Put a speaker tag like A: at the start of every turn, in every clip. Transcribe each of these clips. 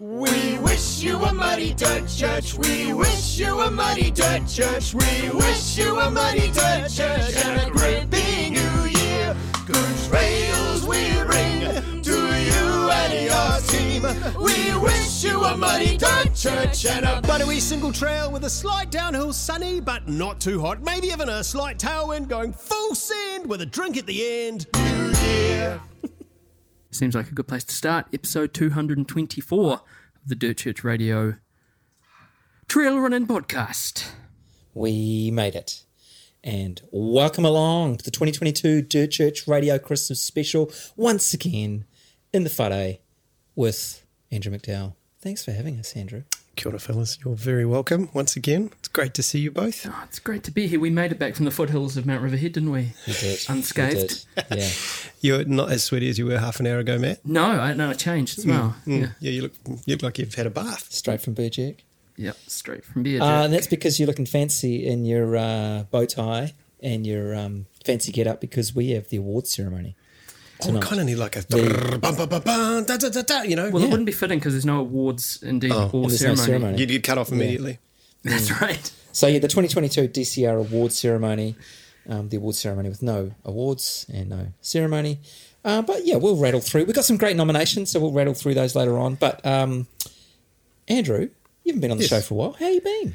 A: We wish you a muddy dirt church. We wish you a muddy dirt church. We wish you a muddy dirt church and a great big new year. Good trails we bring to you and your team. We wish you a muddy dirt church and a buttery single trail with a slight downhill sunny but not too hot. Maybe even a slight tailwind going full send with a drink at the end. New year.
B: Seems like a good place to start. Episode 224 of the Dirt Church Radio Trail Running Podcast.
C: We made it. And welcome along to the 2022 Dirt Church Radio Christmas Special once again in the Friday with Andrew McDowell. Thanks for having us, Andrew.
D: Kia ora, fellas. You're very welcome once again. It's great to see you both.
B: Oh, it's great to be here. We made it back from the foothills of Mount Riverhead, didn't we?
C: You did.
B: Unscathed.
C: You did. Yeah.
D: You're not as sweaty as you were half an hour ago, Matt.
B: No, I, no, I changed
C: Mm,
B: as well. Yeah.
D: Yeah, you look you look like you've had a bath.
C: Straight from Burjack.
B: Yep, straight from beer.
C: Uh,
B: Jack.
C: and that's because you're looking fancy in your uh, bow tie and your um, fancy get up because we have the award ceremony.
D: Oh, kind of need like a drrrr, bum, bum, bum, bum, da, da, da, da, you know.
B: well, it wouldn't be fitting because there's no awards, indeed, or
C: Oh, And there's
B: ceremony.
C: no ceremony. Mm.
D: You'd get cut off immediately.
B: That's right.
C: So yeah, the 2022 DCR award ceremony, um, the award ceremony with no awards and no ceremony. Uh, but yeah, we'll rattle through. We've got some great nominations, so we'll rattle through those later on. But um, Andrew, you haven't been on the
D: Yes.
C: show for a while. How you been?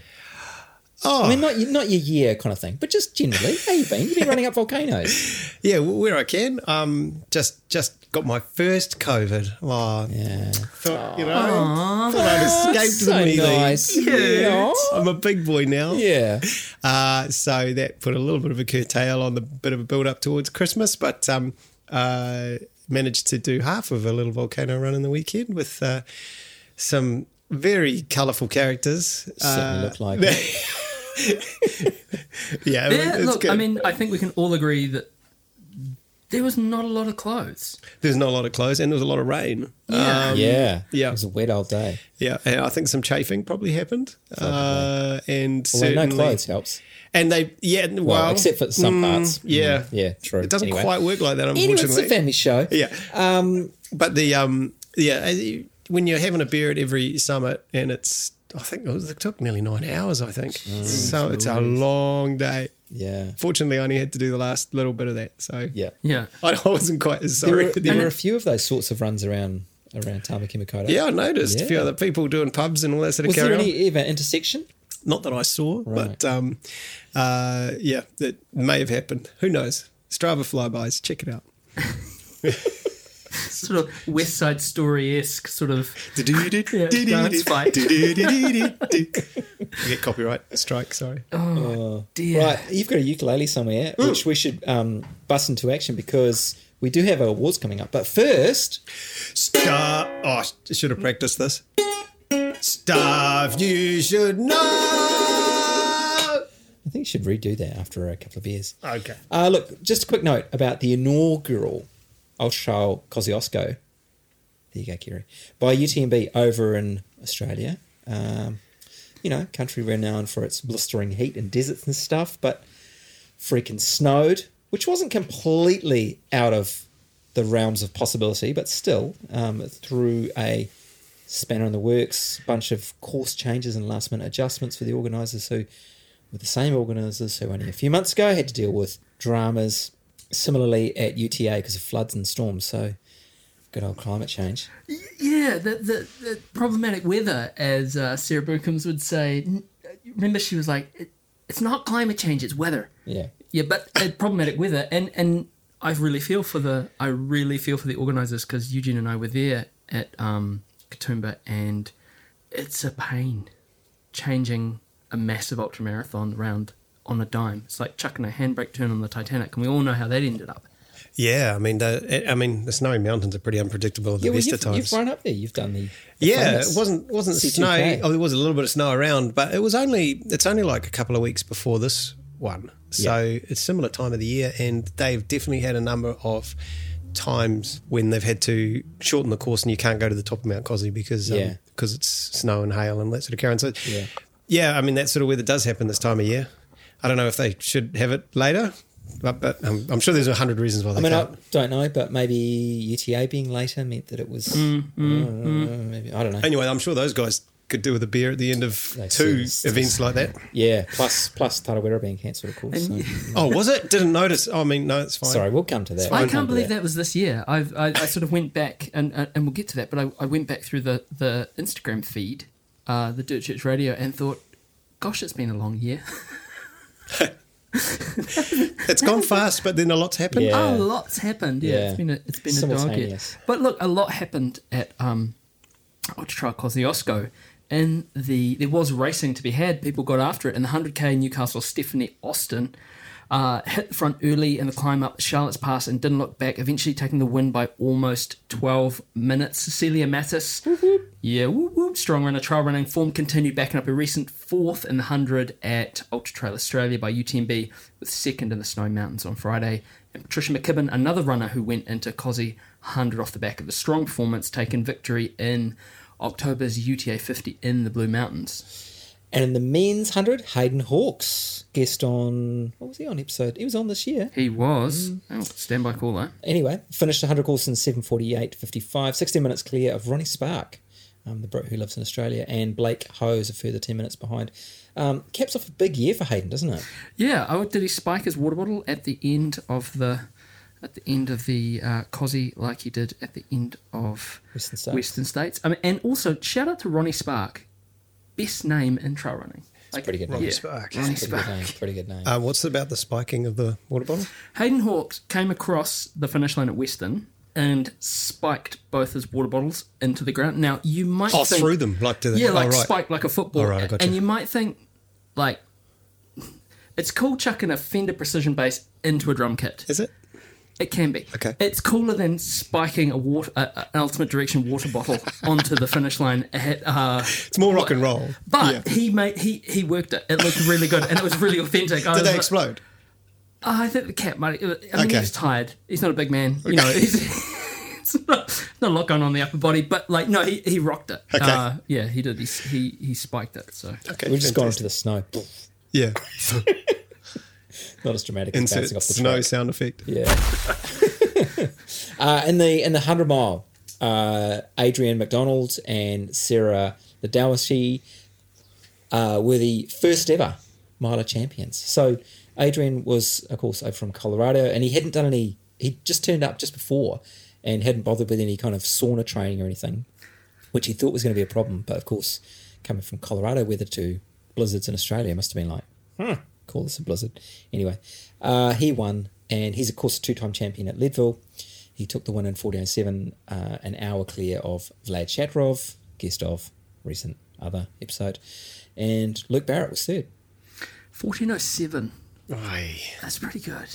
D: Oh,
C: I mean, not your- not your year kind of thing, but just generally, how you been? You've been running up volcanoes.
D: yeah, w- where I can. Um, just just got my first COVID. Oh,
C: Yeah,
D: thought, you know, thought I'd escaped
C: so
D: the mealy.
C: nice. Yeah.
D: I'm a big boy now.
C: Yeah.
D: Uh, so that put a little bit of a curtail on the bit of a build up towards Christmas, but um, uh, managed to do half of a little volcano run in the weekend with uh, some very colourful characters.
C: certainly
D: Uh,
C: looked like it.
D: yeah, it-
B: Yeah,
D: it's
B: look,
D: good.
B: I mean, I think we can all agree that there was not a lot of clothes.
D: there's not a lot of clothes and there was a lot of rain.
B: Yeah.
C: Uh, yeah,
D: yeah.
C: It was a wet old day.
D: Yeah, and I think some chafing probably happened. Uh, and
C: Although no
D: certainly-
C: clothes helps.
D: And they, yeah, well, mm,
C: Well, except for some parts. Mm,
D: Yeah,
C: Yeah, true.
D: It doesn't
C: Anyway.
D: quite work like that,
C: Anyway,
D: unfortunately.
C: it's a family show.
D: Yeah. but the um yeah, as you- when you're having a beer at every summit and it's I think it, was, it took nearly nine hours. I think
C: Mm.
D: so. It's a long day.
C: Yeah.
D: Fortunately, I only had to do the last little bit of that, so
C: Yeah.
B: Yeah.
D: I wasn't quite as
C: There
D: sorry.
C: were, there were a few of those sorts of runs around around Tamaki Makaurau.
D: yeah, I noticed a few
C: Yeah.
D: other people doing pubs and all that sort of
C: Was
D: carry
C: there
D: on.
C: any ever intersection?
D: Not that I saw,
C: Right.
D: but um, uh, yeah, that may have happened. Who knows? Strava flybys, check it out.
B: Sort of West Side Story esque sort of. Yeah, dance fight.
D: I get copyright strike, sorry.
B: Dear.
C: Right, you've got a ukulele somewhere, which we should um, bust into action because we do have our awards coming up. But first,
D: Star. Oh, I sh- should have practiced this. Stuff you should know.
C: I think you should redo that after a couple of beers.
D: Okay.
C: Uh, look, just a quick note about the inaugural Ultra Trail Kosciuszko. There you go, Kiri. By UTMB over in Australia. Um, you know, country renowned for its blistering heat and deserts and stuff, but freaking snowed, which wasn't completely out of the realms of possibility, but still, um, through a spanner in the works, bunch of course changes and last minute adjustments for the organisers who were the same organisers who only a few months ago had to deal with dramas similarly at UTA because of floods and storms. So good old climate change.
B: Yeah, the, the, the problematic weather, as uh, Sarah Burkums would say. N- Remember, she was like, it, it's not climate change, it's weather.
C: Yeah.
B: Yeah, but uh, problematic weather, and and I really feel for the I really feel for the organisers because Eugene and I were there at um, Katoomba, and it's a pain changing a massive ultra marathon round on a dime. It's like chucking a handbrake turn on the Titanic, and we all know how that ended up.
D: Yeah, I mean, the, I mean, the snowy mountains are pretty unpredictable at the
C: Yeah, well,
D: best of
C: you've,
D: times.
C: you've run up there. You've done the, the
D: yeah,
C: famous
D: it wasn't wasn't
C: C2K.
D: snow. Oh, there was a little bit of snow around, but it was only it's only like a couple of weeks before this one, so it's similar time of the year, and they've definitely had a number of times when they've had to shorten the course, and you can't go to the top of Mount Cosy because
C: Yeah.
D: um, because it's snow and hail and that sort of carry on. So,
C: Yeah.
D: yeah, I mean that sort of weather does happen this time of year. I don't know if they should have it later. But, but um, I'm sure there's a hundred reasons why they
C: I mean, I
D: can't.
C: don't know, but maybe UTA being later meant that it was.
D: Mm,
C: Uh, maybe, I don't know.
D: anyway, I'm sure those guys could do with a beer at the end of
C: They
D: two
C: said-
D: events like that.
C: Yeah, plus plus Tarawera being cancelled, of course. So.
D: Oh, was it? Didn't notice. Oh, I mean, no, it's fine.
C: Sorry, we'll come to that.
B: I
C: We'll
B: can't
C: come to
B: believe that was this year. I've, I, I sort of went back, and and and we'll get to that, but I, I went back through the, the Instagram feed, uh, the Dirt Church Radio, and thought, gosh, it's been a long year.
D: It's gone fast, but then a lot's happened.
C: Yeah.
B: Oh, lots happened. Yeah,
C: Yeah.
B: it's been a, it's been a dog year.
C: Simultaneous.
B: But look, a lot happened at um, Ultra Trail Kosciuszko, and the there was racing to be had. People got after it, and the hundred k Newcastle Stephanie Austin. Uh, hit the front early in the climb up Charlotte's Pass and didn't look back, eventually taking the win by almost 12 minutes. Cecilia Mattis, yeah, whoop, whoop, strong runner, trial running form continued, backing up a recent fourth in the 100 at Ultra Trail Australia by UTMB, with second in the Snow Mountains on Friday. And Patricia McKibben, another runner who went into COSI 100 off the back of a strong performance, taking victory in October's UTA 50 in the Blue Mountains.
C: And in the men's 100, Hayden Hawks guest on, what was he on episode? He was on this year.
B: He was.
C: Mm.
B: Oh, standby caller.
C: Anyway, finished 100 course in 748.55, 16 minutes clear of Ronnie Spark, um, the Brit who lives in Australia, and Blake Hose, a further 10 minutes behind. Um, caps off a big year for Hayden, doesn't it?
B: Yeah, oh, did he spike his water bottle at the end of the at the end of the uh, COSI like he did at the end of
C: Western States.
B: Western States. I mean, and also shout out to Ronnie Spark, best name in trail running. Like,
C: pretty good name.
D: Ronnie Spark.
B: Ronnie
C: Pretty good
B: Spark.
C: name. Pretty good name.
D: Uh, what's about the spiking of the water bottle?
B: Hayden Hawks came across the finish line at Western and spiked both his water bottles into the ground. Now you might
D: Oh,
B: think,
D: through them, like to the
B: yeah,
D: oh,
B: like
D: right.
B: spiked like a football.
D: All right, I gotcha.
B: And you might think, like, it's cool chucking a Fender Precision bass into a drum kit.
D: Is it?
B: It can be.
D: Okay.
B: It's cooler than spiking a water, uh, an ultimate direction water bottle onto the finish line at. Uh,
D: It's more rock and roll.
B: but he made he he worked it. It looked really good, and it was really authentic.
D: Did
B: I was
D: they
B: like-
D: explode?
B: Oh, I think the cat might. I mean, he
D: Okay.
B: was tired. He's not a big man. You know, he's, it's not, not a lot going on in the upper body, but like, no, he, he rocked it.
D: Okay.
B: Uh, yeah, he did. He, s- he he spiked it. So
D: Okay,
C: We've just gone into the snow.
D: Yeah,
C: Not as dramatic as
D: insert
C: bouncing off the
D: snow
C: track.
D: sound effect.
C: Yeah. uh, in the in the hundred mile, uh, Adrian McDonald and Sarah Ladawashi uh, were the first ever miler champions. So Adrian was, of course, over from Colorado, and he hadn't done any. He just turned up just before, and hadn't bothered with any kind of sauna training or anything, which he thought was going to be a problem. But of course, coming from Colorado, weather to blizzards in Australia must have been like, hmm, call this a blizzard. Anyway, uh, he won, and he's of course a two-time champion at Leadville. He took the win in 1407, uh, an hour clear of Vlad Shatrov, guest of recent other episode, and Luke Barrett was third.
B: fourteen oh seven.
D: Aye.
B: That's pretty good.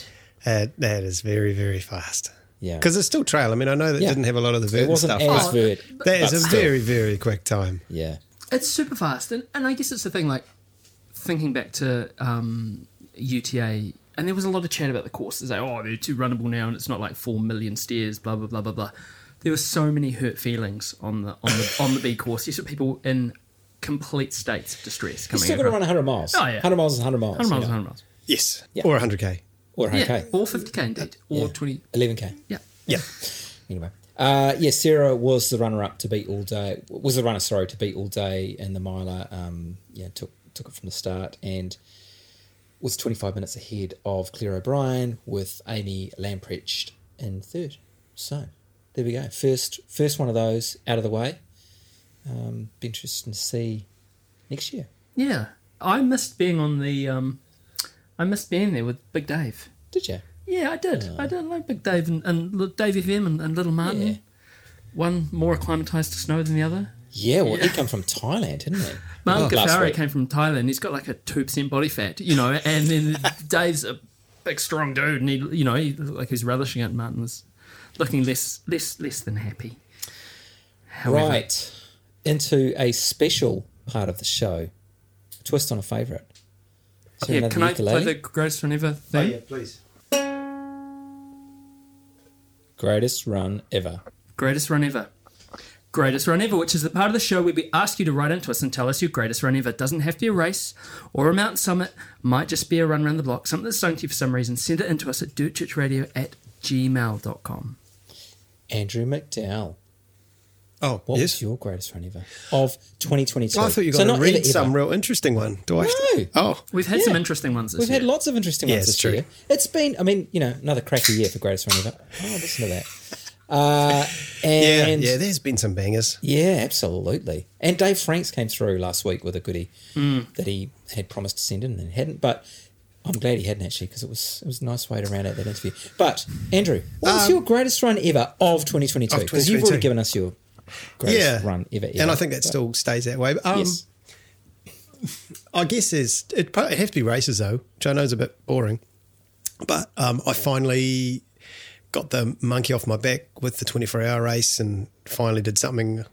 D: That, that is very, very fast.
C: Yeah.
D: Because it's still trail. I mean, I know that
C: Yeah.
D: didn't have a lot of the vert
C: It
D: and
C: wasn't
D: stuff.
C: as
D: but
C: vert.
D: that is
C: but
D: a
C: still,
D: very, very quick time.
C: yeah.
B: It's super fast, and, and I guess it's the thing. Like thinking back to um, UTA, and there was a lot of chat about the courses. Like, oh, they're too runnable now, and it's not like four million steers. Blah blah blah blah blah. There were so many hurt feelings on the on the on the B course. You saw people in complete states of distress
C: He's
B: coming.
C: still going to
B: over.
C: run 100 miles.
B: Oh, yeah.
C: 100 miles is 100 miles.
B: 100 miles,
C: you know.
B: 100 miles.
D: Yes.
C: Yeah.
D: Or 100K.
C: Or
B: Yeah,
C: 100K.
B: or 50k indeed, or 20.
C: 11K.
B: Yeah.
D: Yeah.
C: Anyway. Uh, yeah, Sarah was the runner up to beat all day. Was the runner, sorry, to beat all day in the miler. Um, yeah, took took it from the start and was 25 minutes ahead of Claire O'Brien with Amy Lamprecht in third. So there we go. First, first one of those out of the way. Um, be interesting to see next year.
B: Yeah. I missed being on the. Um, I missed being there with Big Dave.
C: Did you?
B: Yeah, I did. I did. I like Big Dave and, and Li- Dave FM and, and Little Martin.
C: Yeah.
B: One more acclimatized to snow than the other.
C: Yeah, well, he come from Thailand, didn't he?
B: Martin
C: Oh, Last
B: Gafari
C: week.
B: came from Thailand. He's got like a 2% body fat, you know, and then Dave's a big, strong dude, and he, you know, he, looked like he's relishing it. Martin was looking less less, less than happy. However,
C: Right. Into a special part of the show. Twist on a favourite. Is there
B: Yeah,
C: another
B: can I
C: ukulele? Oh,
B: play the greatest one ever thing?
D: please.
C: Greatest run ever.
B: Greatest run ever. Greatest Run Ever, which is the part of the show where we ask you to write into us and tell us your greatest run ever. Doesn't have to be a race or a mountain summit, might just be a run around the block, something that's sung to you for some reason. Send it into us at dirtchurchradio at gmail.com.
C: Andrew McDowell.
D: Oh,
C: What
D: yes. Oh,
C: was your greatest run ever of 2022?
D: I thought you were going to read some real interesting one. Do I?
C: No.
D: Have to? Oh,
B: We've had some
C: Yeah.
B: interesting ones this
C: We've
B: year.
C: had lots of interesting
D: Yeah,
C: ones
D: it's
C: this
D: true.
C: year. It's been, I mean, you know, another cracky year for greatest run ever. Oh, listen to that. Uh,
D: yeah,
C: and
D: yeah. There's been some bangers.
C: Yeah, absolutely. And Dave Franks came through last week with a goodie that he had promised to send in and hadn't. But I'm glad he hadn't actually because it was it was a nice way to round out that interview. But Andrew, what was your greatest run ever of 2022?
D: Um, of
C: Because you've already
D: 2022.
C: given us your greatest
D: yeah,
C: run ever, ever.
D: And I think that still stays that way. But, Um,
C: yes.
D: I guess there's it probably it'd have to be races though, which I know is a bit boring. But um, I finally got the monkey off my back with the 24 hour race and finally did something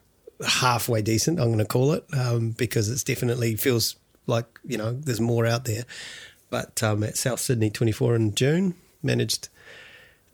D: halfway decent. I'm going to call it um, because it's definitely feels like you know there's more out there. But um, at South Sydney 24 in June, managed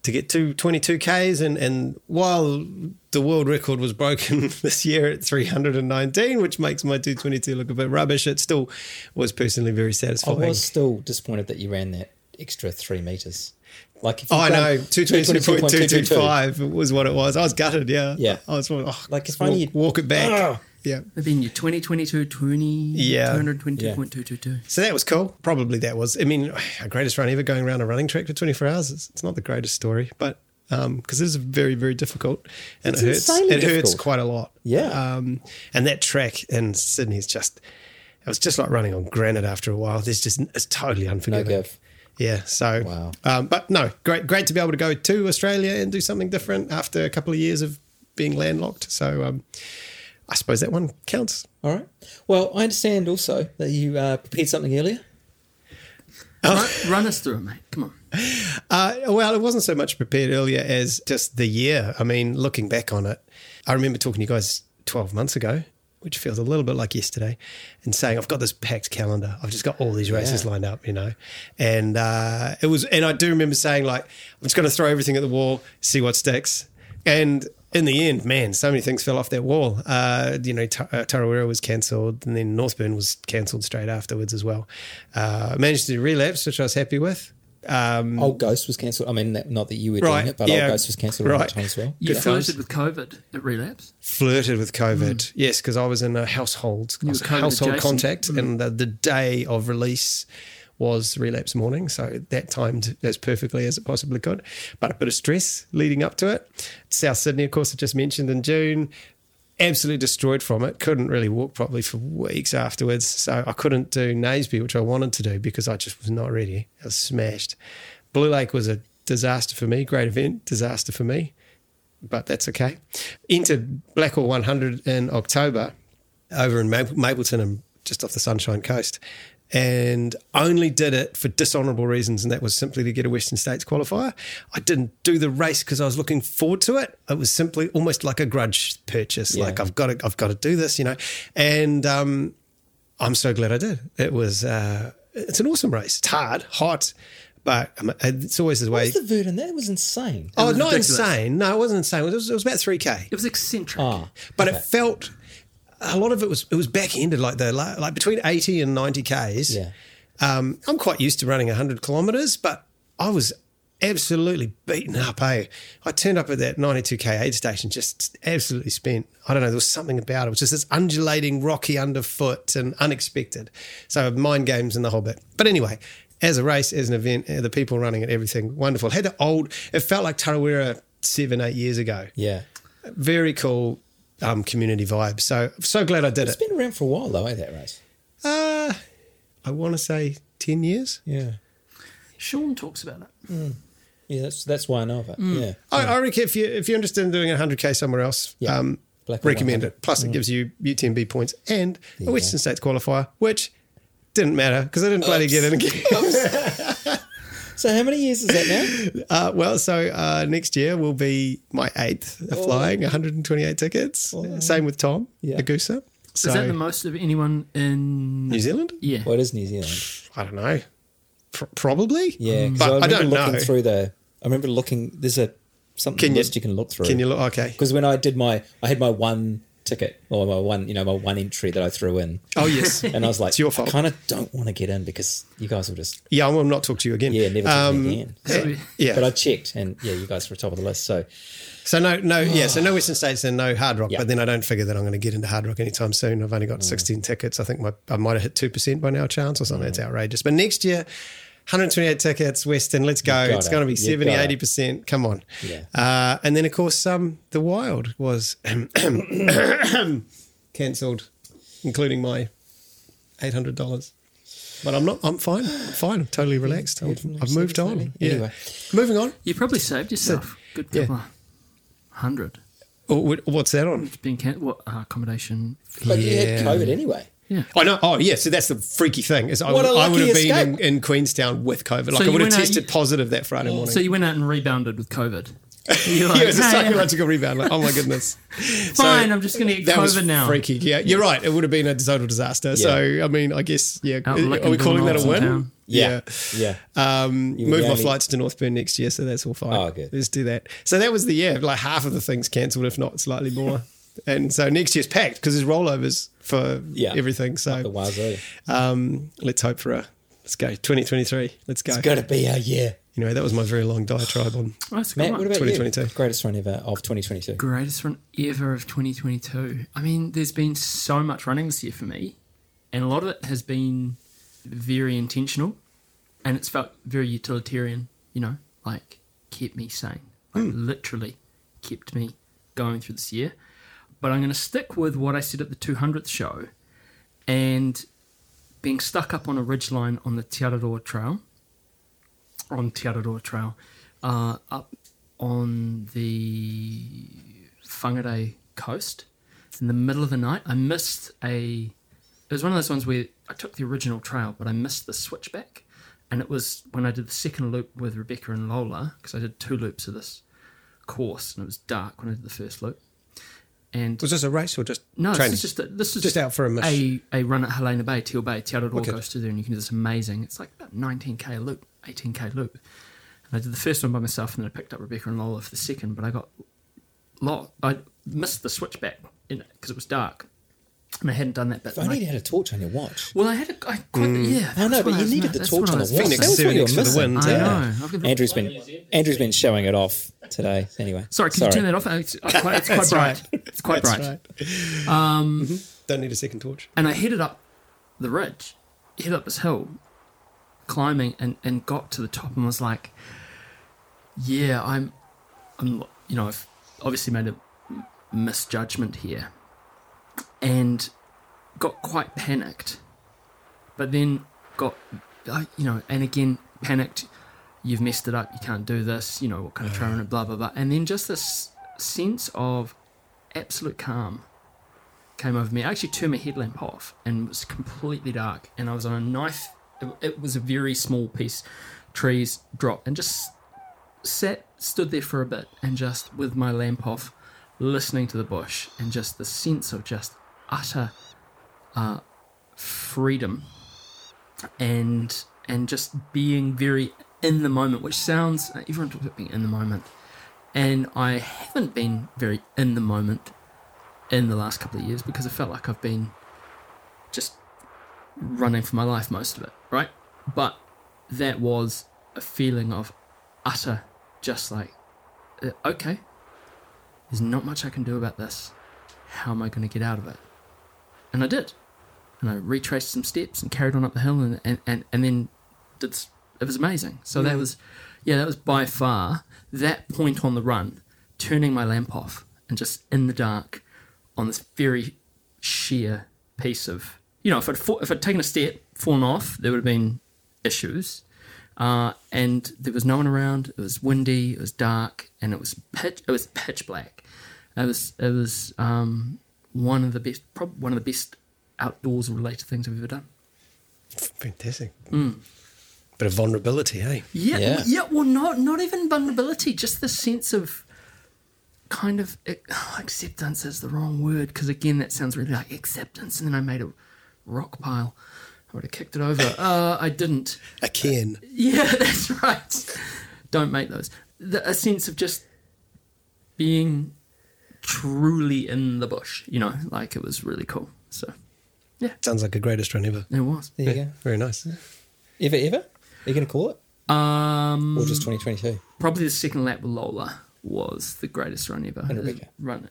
D: to get to 22 Ks. And, and while the world record was broken this year at 319, which makes my 222 look a bit rubbish, it still was personally very
C: I
D: satisfying.
C: was still disappointed that you ran that extra three meters. Like if
D: Oh, I
C: you'd done
D: know. 222.225 was what it was. I was gutted. Yeah.
C: Yeah.
D: I was oh,
C: Like,
D: like,
C: if
D: if walk,
C: only you'd- Ah.
D: walk it back.
C: Ugh.
D: Yeah.
B: They've been your 2022 20,
D: Yeah.
B: 222.222.
D: So that was cool. Probably that was, I mean, our greatest run ever going around a running track for 24 hours. It's, it's not the greatest story, but because it is very, very difficult and
C: It's
D: it hurts.
C: insanely
D: It hurts
C: difficult.
D: quite a lot.
C: Yeah.
D: Um, and that track in Sydney is just, it was just like running on granite after a while. There's just, it's totally
C: No
D: unforgiving.
C: give.
D: Yeah. So,
C: Wow.
D: um, but no, great, great to be able to go to Australia and do something different after a couple of years of being landlocked. So, um, I suppose that one counts.
C: All right. Well, I understand also that you uh, prepared something earlier.
B: Run, run us through it, mate. Come on.
D: Uh, well, it wasn't so much prepared earlier as just the year. I mean, looking back on it, I remember talking to you guys 12 months ago, which feels a little bit like yesterday, and saying, I've got this packed calendar. I've just got all these races
C: Yeah.
D: lined up, you know? And uh, it was, and I do remember saying, like, I'm just going to throw everything at the wall, see what sticks. And in the end, man, so many things fell off that wall. Uh, you know, Ta- uh, Tarawera was cancelled, and then Northburn was cancelled straight afterwards as well. Uh, I managed to relapse, which I was happy with.
C: Old Ghost was cancelled. I mean, that- not that you were
D: Mm. Right,
C: doing it, but
D: yeah,
C: Old Ghost was cancelled at
D: right.
C: that time as well.
B: You
D: Good
B: flirted
D: times.
B: with COVID at relapse.
D: flirted with COVID. Yes, because I was in a household
B: Mm. were
D: I was a
B: COVID
D: household
B: adjacent. Mm.
D: contact, and the, the day of release was relapse morning, so that timed as perfectly as it possibly could. But a bit of stress leading up to it. South Sydney, of course, I just mentioned in June. Absolutely destroyed from it. Couldn't really walk properly for weeks afterwards. So I couldn't do Naseby, which I wanted to do because I just was not ready. I was smashed. Blue Lake was a disaster for me. Great event, disaster for me but that's okay. Entered Blackwell 100 in October over in Map- Mapleton and just off the Sunshine Coast, and only did it for dishonourable reasons, and that was simply to get a Western States qualifier. I didn't do the race because I was looking forward to it. It was simply almost like a grudge purchase,
C: Yeah.
D: like I've got to, I've got to do this, you know, and um, I'm so glad I did. It was, uh, it's an awesome race. It's hard, hot. But um, it's always the
C: What
D: way.
C: was the Verdun? That was insane.
D: Oh,
B: was
D: not
B: ridiculous.
D: insane. No, it wasn't insane. It was, it was about 3K.
B: It was eccentric.
C: Ah,
D: But
C: okay.
D: it felt, a lot of it was, it was back ended, like the, la- like between 80 and 90 Ks.
C: Yeah.
D: Um, I'm quite used to running 100 kilometers, but I was absolutely beaten up, eh? I turned up at that 92K aid station just absolutely spent. I don't know, there was something about it. It was just this undulating, rocky underfoot and unexpected. So mind games and the whole bit. But anyway, as a race, as an event, eh, the people running it, everything wonderful. Had the old, it felt like Tarawera seven, eight years ago.
C: yeah.
D: Very cool um, community vibe. So, so glad I did
C: It's
D: it.
C: been around for a while, though, eh, that race?
D: Uh, I want to say 10 years.
C: Yeah.
B: Sean talks about it.
C: Yeah, that's, that's why I know of it. Yeah.
D: I, I reckon if you if you're interested in doing a hundred k somewhere else,
C: Yeah.
D: um,
C: Black Mm. or
D: recommend
C: 100.
D: it. Plus, it gives you UTMB points and
C: you
D: a Western States qualifier, which didn't matter because I didn't bloody get in again.
C: So, how many years is that now?
D: uh, well, so uh, next year will be my eighth of flying, 128 tickets. Same with Tom
C: Oh. Yeah.
D: Agusa. So
B: Is that the most of anyone in
D: New Zealand?
B: Yeah.
C: well, it is New Zealand.
D: I don't know. Pr- probably.
C: Yeah. 'cause
D: Mm. but I,
C: remember
D: don't
C: looking
D: know.
C: through the. I remember looking. There's a something
D: Can you-
C: list you can look through.
D: Can you look? Okay.
C: Because when I did my, I had my one ticket or my one, you know, my one entry that I threw in,
D: Oh yes.
C: and I was like,
D: It's your fault.
C: I kind of don't want to get in because you guys will just,
D: yeah, I will not talk to you again.
C: yeah, never talk to
D: Um,
C: me again.
D: Yeah.
C: But I checked, and yeah, you guys were top of the list. So
D: so no, no, yeah. So no Western States and no Hard Rock.
C: Yeah. Mm.
D: But then I don't figure that I'm going to get into Hard Rock anytime soon. I've only got 16 tickets. I think my, I might have hit two percent by now chance or something.
C: Mm.
D: It's outrageous. But next year. 128 tickets, Western, let's go.
C: got
D: It's going to be
C: it. You've
D: 70,
C: got it.
D: 80%. Come on.
C: Yeah.
D: Uh, and then, of course, um, The Wild was cancelled, including my $800. But I'm not, I'm fine. I'm fine. I'm totally relaxed. I've, I've moved on. Yeah.
C: Anyway.
D: Moving on.
B: You probably saved yourself. Good
D: yeah.
B: good one. Hundred.
D: Oh, wh- what's that on?
B: Being can- what uh, accommodation?
C: but you
D: Yeah.
C: had COVID anyway.
D: Oh no! Oh yeah. So that's the freaky thing is I,
C: What
D: would,
C: a
D: I would have
C: lucky
D: been in,
C: escape.
D: in Queenstown with COVID. Like I
B: you
D: would have
B: went out-
D: tested positive that Friday morning.
B: So you went out and rebounded with COVID. You're
D: yeah, it was a
B: "Hey,
D: psychological rebound. Like, oh my goodness.
B: fine, I'm just going to get
D: That was
B: COVID now.
D: freaky. Yeah, you're right. It would have been a total disaster. So I mean, I guess yeah.
B: Out
D: Are
B: looking
D: we calling
B: for
D: that a
B: miles in
D: win?
B: town.
C: Yeah. Yeah.
D: Um,
C: were
D: move
C: the
D: my
C: only-
D: flights to Northburn next year, so that's all fine.
C: Oh, good.
D: Let's do that. So that was the year. Like half of the things cancelled, if not slightly more. and so next year's packed because there's rollovers for
C: Yeah.
D: everything. So
C: The wazoo.
D: Um, let's hope for a. Let's go. 2023. Let's go.
C: It's got to be our year.
D: Anyway, that was my very long diatribe on.
B: Oh, that's a good
C: Matt,
B: one.
C: what about
D: 2022.
C: you? Greatest run ever of 2022.
B: greatest run ever of 2022. I mean, there's been so much running this year for me, and a lot of it has been very intentional, and it's felt very utilitarian. You know, like kept me sane, like literally kept me going through this year. But I'm going to stick with what I said at the 200th show, and being stuck up on a ridgeline on the Tiararoa Trail, on Tiararoa Trail, uh, up on the Whangarei coast in the middle of the night. I missed a. It was one of those ones where I took the original trail, but I missed the switchback. And it was when I did the second loop with Rebecca and Lola, because I did two loops of this course, and it was dark when I did the first loop. And
D: Was this a race or just
B: no,
D: training?
B: this is just a, this is
D: Just out for a miss.
B: a, a run at Helena Bay, Teal Bay, Te Araroa
D: Okay.
B: goes through there, and you can do this amazing. It's like about 19k loop, 18k loop. And I did the first one by myself, and then I picked up Rebecca and Lola for the second. But I got lot. I missed the switchback in because it was dark, and I hadn't done that bit.
C: I
B: And I-
C: need to had a torch on your watch.
B: well, I had a I quite,
D: Mm.
B: yeah.
C: I know,
B: that's
C: but
B: what
C: you
B: was-
C: needed the
B: that's
C: torch
B: what I
C: on the
B: was
C: watch.
B: missing.
D: Phoenix
C: That was what you were
D: Phoenix for the
C: missing.
D: win,
B: I
D: yeah.
B: know. I've got-
C: Andrew's been Andrew's been showing it off today. Anyway,
B: Sorry, can you turn that off? It's uh, quite, it's quite
D: That's
B: bright.
D: right.
B: It's quite
D: That's
B: bright.
D: Don't need a second torch.
B: and I headed up the ridge, headed up this hill, climbing, and, and got to the top and was like, "Yeah, I'm, I'm, you know, I've obviously made a m- misjudgment here," and got quite panicked, but then got, uh, you know, and again panicked. You've messed it up. You can't do this. You know what kind of trainer? Blah blah blah. And then just this sense of absolute calm came over me. I actually turned my headlamp off and it was completely dark. And I was on a knife. It, it was a very small piece. Trees dropped and just sat, stood there for a bit and just with my lamp off, listening to the bush and just the sense of just utter uh, freedom and and just being very in the moment, which sounds everyone talks about being in the moment. And I haven't been very in the moment in the last couple of years because I felt like I've been just running for my life most of it, right? But that was a feeling of utter, just like, uh, okay, there's not much I can do about this. How am I going to get out of it? And I did. And I retraced some steps and carried on up the hill and, and, and, and then did, s- it was amazing. So that was, yeah, that was by far that point on the run, turning my lamp off and just in the dark on this very sheer piece of, you know, if I'd, fa- if I'd taken a step, fallen off, there would have been issues. Uh, and there was no one around. It was windy. It was dark, and it was pitch. It was pitch black. It was it was um, one of the best, probably one of the best outdoors related things I've ever done.
D: Fantastic. Bit of vulnerability, hey?
B: Yeah,
C: Yeah.
B: yeah, well, not not even vulnerability, just the sense of kind of ac- acceptance is the wrong word because again, that sounds really like acceptance. And then I made a rock pile. I would have kicked it over. uh, I didn't.
D: A can.
B: Yeah, that's right. Don't make those. The, a sense of just being truly in the bush, you know, like it was really cool. So
D: Sounds like a great Australian ever.
B: it was.
C: There you
D: Very nice.
C: go. Ever, ever? Are you going to call it?
B: Um,
C: Or just 2022?
B: probably the second lap with Lola was the greatest run ever.
C: And Rebecca.
B: Run.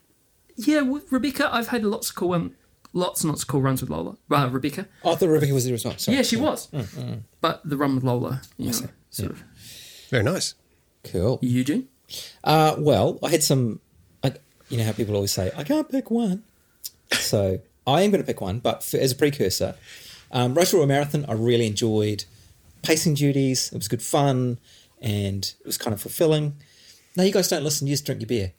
B: Yeah, with Rebecca, I've had lots of cool um, lots and lots of cool runs with Lola. Uh, Rebecca.
C: Oh, I thought Rebecca was there as well. Sorry.
B: Yeah, she was. But the run with Lola, you know,
C: Mm, see.
B: sort of.
D: Very nice.
C: Cool.
B: Eugene?
C: Uh, well, I had some. I, you know how people always say, I can't pick one. So I am going to pick one, but for, as a precursor, um, Rotorua Marathon, I really enjoyed pacing duties. It was good fun and it was kind of fulfilling. No, you guys don't listen, you just drink your beer.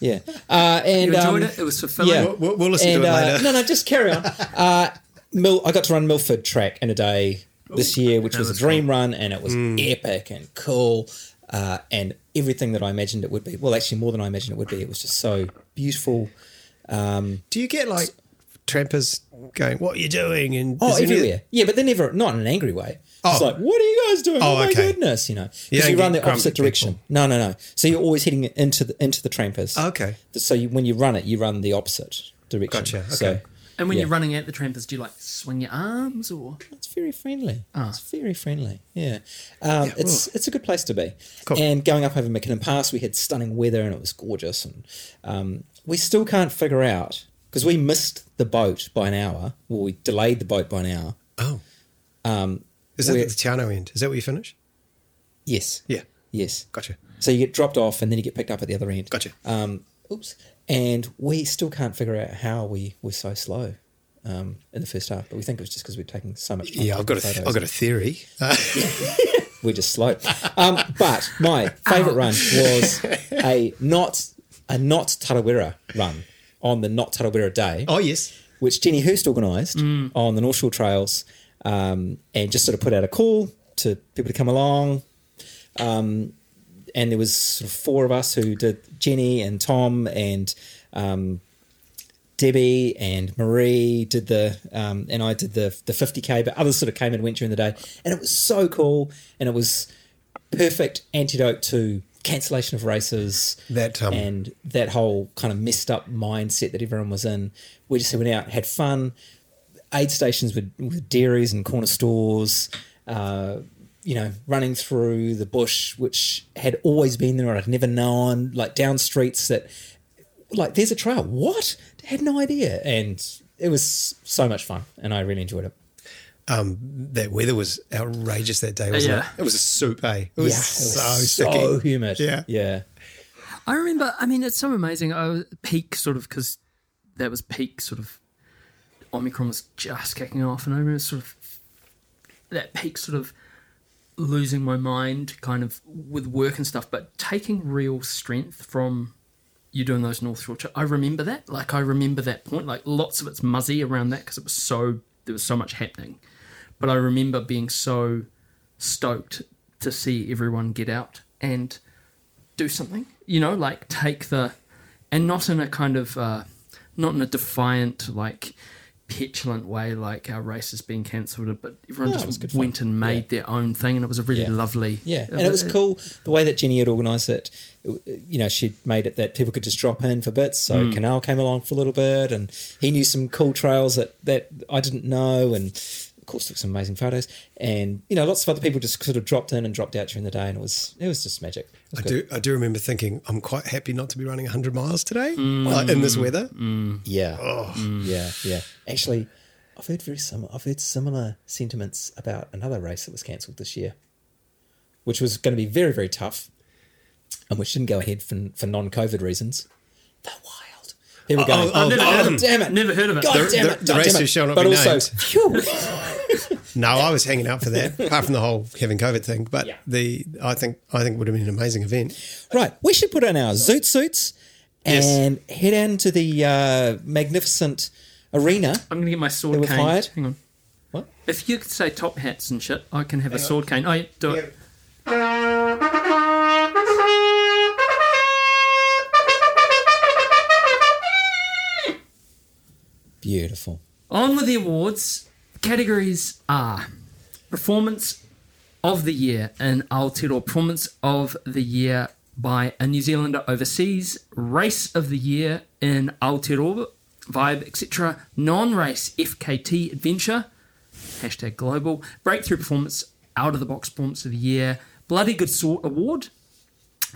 C: yeah. Uh, and,
B: You enjoyed
C: um,
B: it? It was fulfilling?
C: yeah.
D: We'll, we'll- we'll listen
C: and,
D: to it
C: uh,
D: later.
C: No, no, just carry on. Uh, Mil- I got to run Milford Track in a day this year, which
B: that
C: was a
B: was
C: dream run, and it was
D: Mm.
C: epic and cool, uh, and everything that I imagined it would be. Well, actually, more than I imagined it would be. It was just so beautiful.
D: Do you get like trampers going, "What are you doing?" And
C: Oh,
D: is there any-
C: everywhere. Yeah, but they never, not in an angry way. It's
D: Oh.
C: like, what are you guys doing? Oh,
D: Oh,
C: my
D: okay.
C: goodness, you know,
D: You
C: because
D: don't
C: you, run
D: get
C: the opposite
D: grumpy
C: direction.
D: people.
C: No, no, no. So you're always heading into the into the trampers.
D: Okay.
C: So you, when you run it, you run the opposite direction.
D: Gotcha, okay.
C: So
B: And when
C: Yeah.
B: you're running at the trampers, do you like swing your arms or?
C: It's very friendly.
D: Ah.
C: It's very friendly. Yeah, um, it's it's a good place to be.
D: Cool.
C: And going up over McKinnon Pass, we had stunning weather and it was gorgeous. And um, we still can't figure out because we missed the boat by an hour. Well, we delayed the boat by an hour.
D: Oh, is that
C: where-
D: the Tiano end? Is that where you finish?
C: Yes.
D: Yeah,
C: Yes.
D: gotcha,
C: So you get dropped off and then you get picked up at the other end.
D: gotcha.
C: Um, oops. And we still can't figure out how we were so slow um, in the first half, but we think it was just because we're taking so much. time
D: yeah, I've got a
C: taking
D: th-
C: photos.
D: I've got a theory.
C: we're just slow. Um, but my favourite run was a not a not Tarawera run on the not Tarawera day,
D: oh yes,
C: which Jenny Hurst organised on the North Shore Trails, um, and just sort of put out a call to people to come along. Um, and there was sort of four of us who did Jenny and Tom and um, Debbie and Marie did the um, and I did the the 50k, but others sort of came and went during the day, and it was so cool, and it was perfect antidote to cancellation of races
D: That, um,
C: and that whole kind of messed up mindset that everyone was in. We just went out, had fun. Aid stations with, with dairies and corner stores, uh, you know, running through the bush, which had always been there and I'd never known, like down streets that like there's a trail. What? Had no idea. And it was so much fun, and I really enjoyed it.
D: that weather was outrageous that day, wasn't
B: Yeah.
D: it? It was a soup, eh? It was, so, sticky.
C: so humid.
D: Yeah.
C: yeah,
B: I remember. I mean, it's so amazing. I was peak sort of because that was peak sort of Omicron was just kicking off, and I remember sort of that peak sort of losing my mind, kind of with work and stuff, but taking real strength from you doing those North Shore. Tri- I remember that. Like I remember that point. Like lots of it's muzzy around that because it was so there was so much happening, but I remember being so stoked to see everyone get out and do something. You know, like take the, and not in a kind of, uh, not in a defiant, like petulant way, like our race has been cancelled, but everyone
C: No, it was
B: just
C: good fun.
B: went and made their own thing, and it was a really
C: Yeah.
B: lovely.
C: yeah. And it was
B: uh,
C: cool the way that Jenny had organised it. it- You know, she'd made it that people could just drop in for bits. So Canal came along for a little bit, and he knew some cool trails that that I didn't know, and of course took some amazing photos. And you know, lots of other people just sort of dropped in and dropped out during the day, and it was it was just magic. It was
D: I
C: good.
D: do. I do remember thinking, I'm quite happy not to be running 100 miles today like, in this weather.
C: Yeah. Yeah. Yeah. Actually, I've heard very similar. I've heard similar sentiments about another race that was cancelled this year, which was going to be very, very tough, and which didn't go ahead for, for non-COVID reasons. The wild. People
D: Oh,
C: going,
D: oh, oh,
C: oh,
D: Never
B: heard of it.
C: damn it!
B: Never heard of it.
C: God
D: The-
C: damn
D: the-
C: it!
D: the
C: God
D: race
C: damn
D: who
C: it.
D: shall not
C: but
D: be
C: also,
D: named.
C: phew,
D: No, I was hanging out for that, apart from the whole having COVID thing. But
C: Yeah.
D: the I think I think it would have been an amazing event.
C: right, we should put on our zoot suits
D: Yes.
C: and head down to the uh, magnificent arena.
B: I'm gonna get my sword
C: They were
B: cane.
C: fired?
B: Hang on.
C: What?
B: If you could say top hats and shit, I can have a sword cane. Oh, yeah, do it.
C: Beautiful.
B: On with the awards. Categories are performance of the year in Aotearoa, performance of the year by a New Zealander overseas, race of the year in Aotearoa, vibe, etc., non race FKT adventure, hashtag global, breakthrough performance, out of the box performance of the year, bloody good sort award,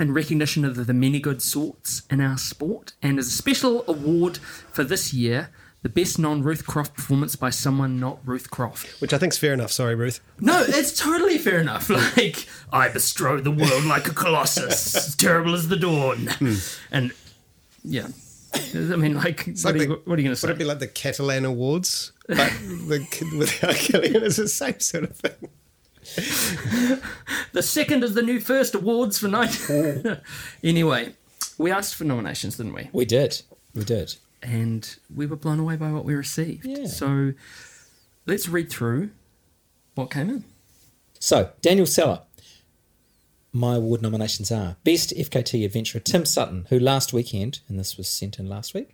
B: in recognition of the many good sorts in our sport, and as a special award for this year, the best non Ruth Croft performance by someone not Ruth Croft.
D: Which I think's fair enough. Sorry, Ruth.
B: No, it's totally fair enough. Like, I bestrode the world like a colossus, as terrible as the dawn. And yeah. I mean, like, what,
D: like
B: are you,
D: the-
B: what are you going to
D: Would it be
B: say?
D: like the Catalan Awards? But the kid without Killian is the same sort of thing.
B: The second is the new first awards for night. anyway, we asked for nominations, didn't we?
C: We did. We did.
B: and we were blown away by what we received.
C: Yeah.
B: So let's read through what came in.
C: So, Daniel Seller. My award nominations are Best FKT Adventurer Tim Sutton, who last weekend, and this was sent in last week,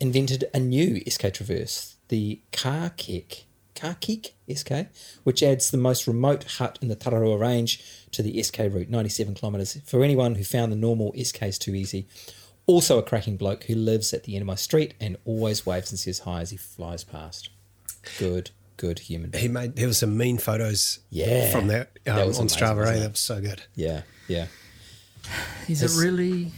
C: invented a new SK Traverse, the Car Kick. Car Kick SK, which adds the most remote hut in the Tararua range to the SK route, 97 kilometres, for anyone who found the normal SKs too easy. Also, a cracking bloke who lives at the end of my street and always waves and says hi as he flies past. Good, good human being.
D: He made there was some mean photos.
C: Yeah.
D: from that, um,
C: That was
D: on
C: amazing,
D: Strava.
C: wasn't
D: eh?
C: it?
D: That was so good.
C: Yeah, yeah.
B: He's
C: Yes.
B: a really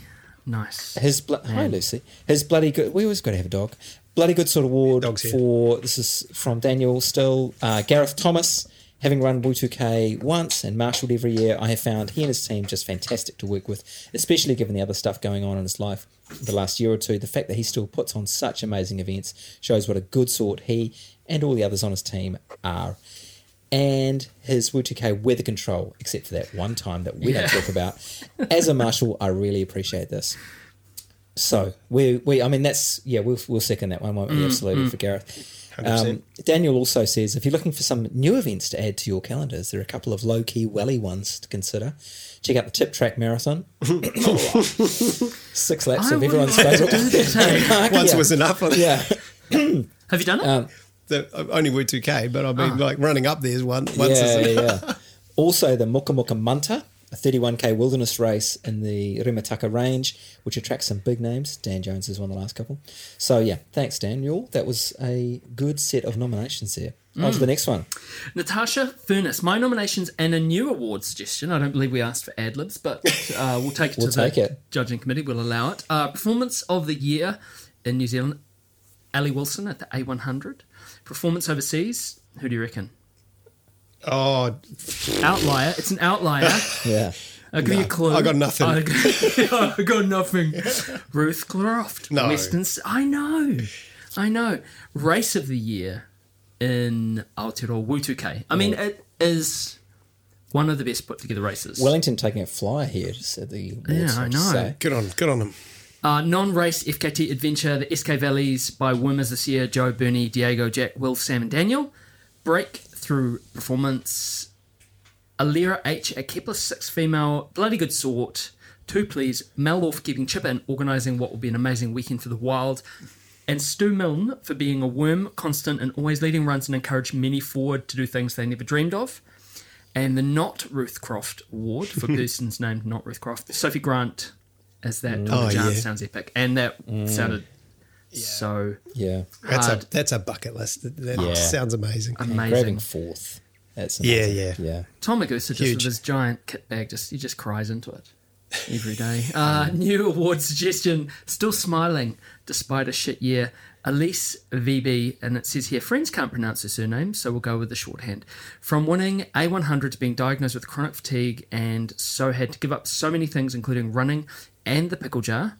B: nice.
C: His blo- hi Lucy. His bloody good. We always got to have a dog. Bloody good sort of award
D: Dog's here.
C: for this is from Daniel still. Uh, Gareth Thomas, having run Wu2K once and marshalled every year, I have found he and his team just fantastic to work with, especially given the other stuff going on in his life the last year or two. The fact that he still puts on such amazing events shows what a good sort he and all the others on his team are. And his Wu2K weather control, except for that one time that we
B: Yeah.
C: don't talk about. As a marshal, I really appreciate this. So we we I mean that's yeah we'll we'll second that one won't we absolutely for Gareth. Um,
D: 100%.
C: Daniel also says if you're looking for some new events to add to your calendars, there are a couple of low key welly ones to consider. Check out the Tip Track Marathon, six laps
B: I
C: of
B: would
C: everyone's
B: like to
C: favourite.
B: do the same.
D: Once
C: yeah.
D: was enough. On
C: yeah,
B: Have you done
C: Um,
B: it?
D: the, only Woo 2K, but I mean, like running up there's one. Once
C: yeah,
D: is
C: yeah,
D: enough.
C: yeah. Also, the Muka Muka Munta, a 31k wilderness race in the Rimataka range, which attracts some big names. Dan Jones is one of the last couple. So, yeah, thanks, Daniel. That was a good set of nominations there. On
B: Mm.
C: to the next one.
B: Natasha Furness, my nominations and a new award suggestion. I don't believe we asked for ad libs, but uh, we'll take it
C: We'll
B: to the
C: take it.
B: judging committee. We'll allow it. Uh, performance of the year in New Zealand, Ali Wilson at the A100. Performance overseas, who do you reckon?
D: Oh,
B: Outlier. It's an outlier.
C: Yeah.
B: I'll give you a clue.
D: I got nothing.
B: I got, I got nothing. Ruth Croft.
D: No.
B: Western, I know. I know. Race of the year in Aotearoa Wutuke. I
D: Mm.
B: mean, it is one of the best put together races.
C: Wellington taking a flyer here just at the awards,
B: Yeah, I
C: have to
B: know.
C: say.
D: good on, good on him.
B: Uh, non-race FKT adventure, the SK Valleys by Wimmers this year, Joe, Bernie, Diego, Jack, Will, Sam and Daniel. Breakthrough performance, Alira H, a Kepler 6 female, bloody good sort. Two please, Mel Orff keeping chipper and organising what will be an amazing weekend for the wild. And Stu Milne for being a worm, constant and always leading runs and encourage many forward to do things they never dreamed of and the not Ruth Croft Award for persons named not Ruth Croft. Sophie Grant as that. Oh,
D: yeah.
B: sounds epic, and that sounded so
C: Yeah.
D: That's
B: Hard.
D: a that's a bucket list. That, that
C: Yeah.
D: sounds amazing.
B: amazing.
C: Grabbing fourth. That's
D: Yeah,
C: amazing.
D: yeah.
C: Yeah.
B: Tom Magusa just with
D: Huge.
B: his giant kit bag, just he just cries into it every day. Uh, new award suggestion: still smiling despite a shit year. Elise VB, and it says here friends can't pronounce her surname, so we'll go with the shorthand. From winning A100 to being diagnosed with chronic fatigue, and so had to give up so many things, including running and the pickle jar.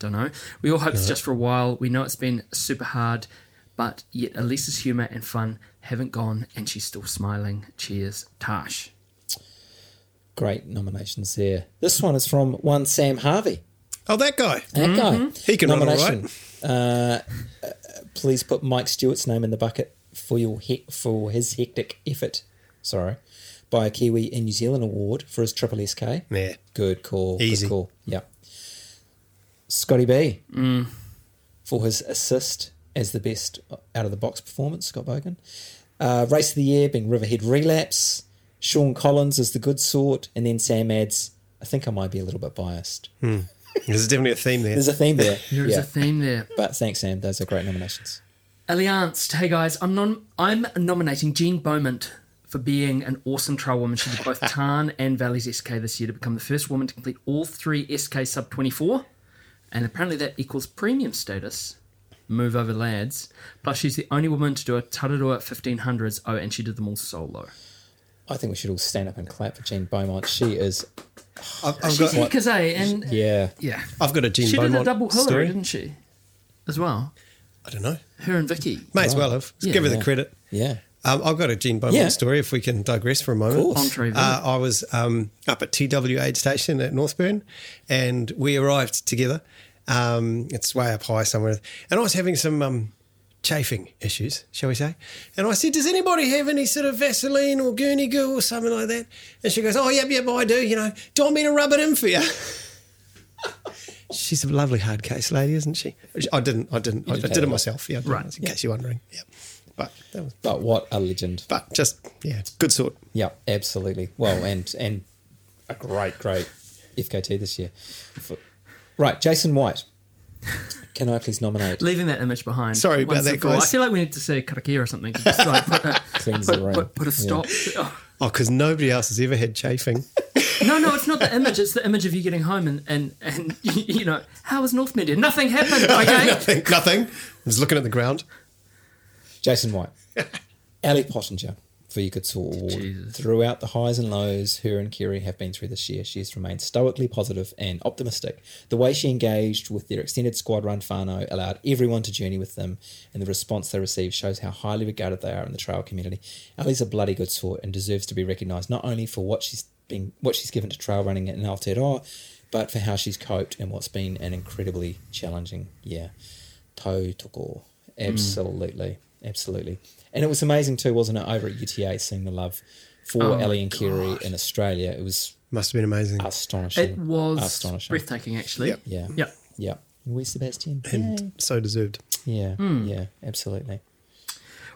B: Don't know. We all hope it's just for a while. We know it's been super hard, but yet Elisa's humour and fun haven't gone, and she's still smiling. Cheers, Tash.
C: Great nominations there. This one is from one Sam Harvey.
D: Oh, that guy.
C: That guy.
D: Mm-hmm. He can run all right.
C: Uh, uh, please put Mike Stewart's name in the bucket for your hec for his hectic effort. Sorry, by a Kiwi in New Zealand award for his triple SK.
D: Yeah.
C: Good call.
D: Easy.
C: Good call. Yeah. Scotty B
D: Mm.
C: for his assist as the best out of the box performance. Scott Bogan. Uh, race of the year being Riverhead Relapse. Sean Collins is the good sort, and then Sam adds a I think I might be a little bit biased.
D: Hmm. There's definitely a theme there.
C: There's a theme there.
B: There is
C: yeah.
B: a theme there.
C: But thanks, Sam. Those are great nominations.
B: Alliance. Hey guys, I'm nom- I'm nominating Jean Beaumont for being an awesome trial woman. She did both Tarn and Valley's SK this year to become the first woman to complete all three SK sub 24, and apparently that equals premium status. Move over, lads. Plus, she's the only woman to do a Tararua 1500s. Oh, and she did them all solo.
C: I think we should all stand up and clap for Jean Beaumont. She is,
D: I've, I've,
B: She's
D: got,
B: Ikaze, and
C: yeah.
B: yeah,
D: I've got a Gene
B: she did a
D: Beaumont
B: double Hillary,
D: story.
B: didn't she? As well,
D: I don't know.
B: her and Vicky
D: May as well have.
B: Yeah.
D: Give her the
C: Yeah.
D: credit.
C: Yeah.
D: Um, I've got a Gene Beaumont
C: Yeah.
D: story if we can digress for a moment.
C: course.
B: entree.
D: Uh, I was um, up at TW aid station at Northburn and we arrived together. Um, it's way up high somewhere. And I was having some um, chafing issues, shall we say. And I said, Does anybody have any sort of Vaseline or Gurney Goo or something like that? And she goes, Oh, yep, yep, I do. You know, do you want me to rub it in for you? She's a lovely hard case lady, isn't she? I didn't. I didn't. I, I did
C: have
D: it
C: a-
D: myself. Yeah, I did it
B: Right.
D: myself, in case you're wondering. Yeah, but that was
C: But what a legend.
D: but just yeah, good sort.
C: Yeah, absolutely. Well, and and a great, great FKT this year. For- Right, Jason White. Can I please nominate?
B: leaving that image behind.
D: Sorry about
B: once
D: that,
B: and for all.
D: guys.
B: I feel like we need to say karakia or something. to Just like put, a,
C: Cleanse the
B: put,
C: room.
B: put, put a stop.
D: Oh, because nobody else has ever had chafing.
B: No, no, it's not the image. It's the image of you getting home and and and you know how was North Media? Nothing happened. Okay.
D: nothing. Nothing. I'm just looking at the ground.
C: Jason White. Ali Pottinger for your good sort award.
B: Jesus.
C: Throughout the highs and lows her and Kerry have been through this year, she has remained stoically positive and optimistic. The way she engaged with their extended squad run Fano allowed everyone to journey with them, and the response they received shows how highly regarded they are in the trail community. Ali's a bloody good sort and deserves to be recognised not only for what she's been what she's given to trail running in Aotearoa, but for how she's coped in what's been an incredibly challenging year. Tautoko.
B: Hmm.
C: Absolutely. Absolutely. And it was amazing too, wasn't it, over at UTA seeing the love for
B: Oh
C: Ellie and
B: my
C: Kerry in Australia. It was
D: Must have been amazing.
C: astonishing.
B: It was
C: astonishing.
B: breathtaking, actually.
D: Yep.
C: Yeah.
B: Yeah.
C: Yeah. Where's Sebastian?
D: and so deserved.
C: Yeah.
B: Hmm.
C: Yeah. Absolutely.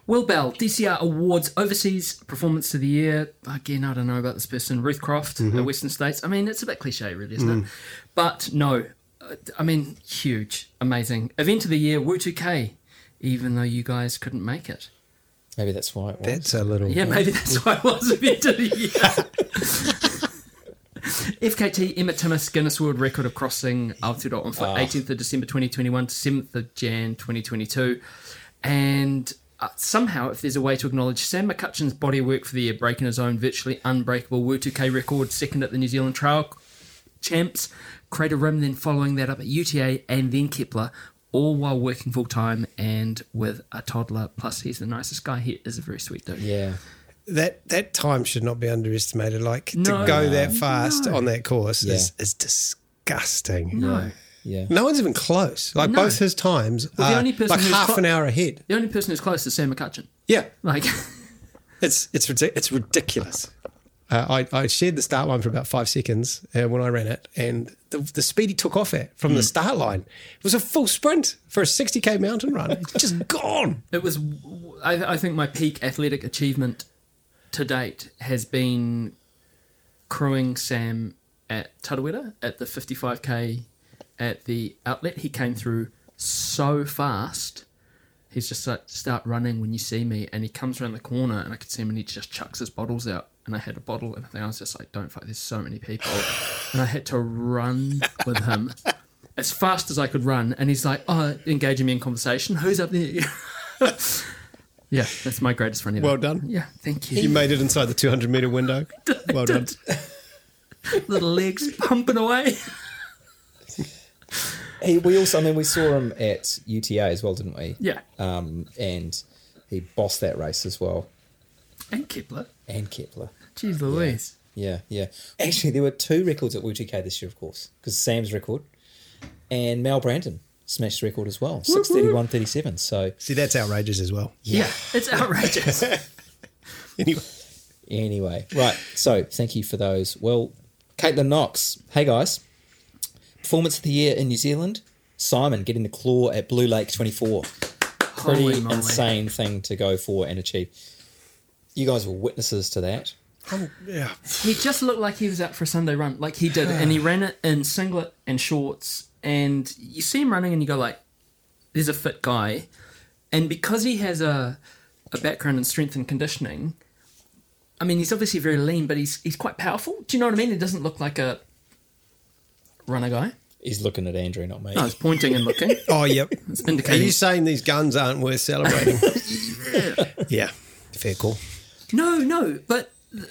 B: Will Bell, DCR Awards Overseas Performance of the Year. Again, I don't know about this person, Ruth Croft, the Western States. I mean, it's a bit cliche, really, isn't it? But no, uh, I mean, huge, amazing. Event of the Year, Wu2K, even though you guys couldn't make it.
C: Maybe that's why it was.
D: That's a little.
B: Yeah, maybe that's why I was event of the year. FKT Emma Timmis Guinness World Record of Crossing Aotearoa for 18th of December 2021 to 7th of Jan 2022. And uh, somehow, if there's a way to acknowledge Sam McCutcheon's body of work for the year, breaking his own virtually unbreakable Wu2K record, second at the New Zealand Trail Champs, Crater Rim, then following that up at UTA and then Kepler, all while working full time and with a toddler. Plus, he's the nicest guy. He is a very sweet dude.
C: Yeah.
D: That that time should not be underestimated. Like to
B: No.
D: go that fast
B: No.
D: on that course is,
C: Yeah.
D: is disgusting.
B: No.
C: Yeah.
D: No one's even close. Like
B: No.
D: both his times
B: the
D: are
B: only person
D: like
B: who's
D: half
B: clo-
D: an hour ahead.
B: The only person who's close is Sam McCutcheon.
D: Yeah,
B: Like,
D: it's it's ridic- it's ridiculous. Uh, I, I shared the start line for about five seconds uh, when I ran it, and the, the speed he took off at from the start line was a full sprint for a 60k mountain run. It's just gone.
B: it was, I, I think my peak athletic achievement to date has been crewing Sam at Tarawera at the 55k at the outlet. He came through so fast. He's just like, start running when you see me. And he comes around the corner, and I could see him, and he just chucks his bottles out. And I had a bottle, and I think I was just like, don't fuck, there's so many people. and I had to run with him as fast as I could run. And he's like, oh, engaging me in conversation. Who's up there? yeah, that's my greatest friend ever.
D: Well done.
B: Yeah, thank
D: You made it inside the 200 meter window. Well done.
B: little legs pumping away.
C: He, we also, I mean, we saw him at UTA as well, didn't we?
B: Yeah.
C: Um, and he bossed that race as well,
B: And Kepler.
C: and Kepler.
B: Jeez Louise.
C: Yeah, yeah. Actually, there were two records at WTK this year, of course, because Sam's record and Mal Brandon smashed the record as well, six thirty one thirty seven. So
D: See, that's outrageous as well.
B: Yeah. It's outrageous.
D: Anyway,
C: anyway, right. So thank you for those. Well, Caitlin Knox. Hey guys, performance of the year in New Zealand. Simon getting the claw at Blue Lake twenty four. Pretty
B: Holy moly.
C: insane thing to go for and achieve. You guys were witnesses to that.
D: I'm, Oh, yeah.
B: He just looked like he was out for a Sunday run, like he did, and he ran it in singlet and shorts. And you see him running, and you go like, "There's a fit guy," and because he has a a background in strength and conditioning, I mean, he's obviously very lean, but he's he's quite powerful. Do you know what I mean? He doesn't look like a runner guy.
C: He's looking at Andrew, not me.
B: No, he's pointing and looking.
D: Oh, yep.
B: It's
D: Are
B: indicating.
D: you saying these guns aren't worth celebrating? yeah. Fair call.
B: No, no, but th-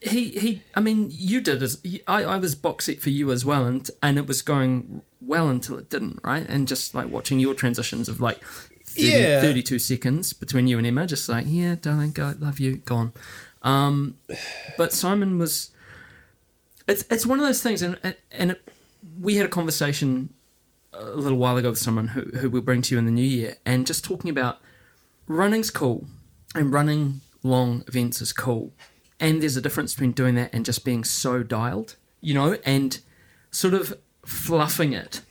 B: he he. I mean, you did as I, I was box set for you as well, and and it was going well until it didn't, right? And just like watching your transitions of like. 30,
C: Yeah.
B: 32 seconds between you and Emma, just like, yeah, darling, go, love you, gone. Um, but Simon was, it's, it's one of those things, and, and- and it, we had a conversation a little while ago with someone who, who we'll bring to you in the new year, and just talking about running's cool and running long events is cool. And there's a difference between doing that and just being so dialed, you know, and sort of fluffing it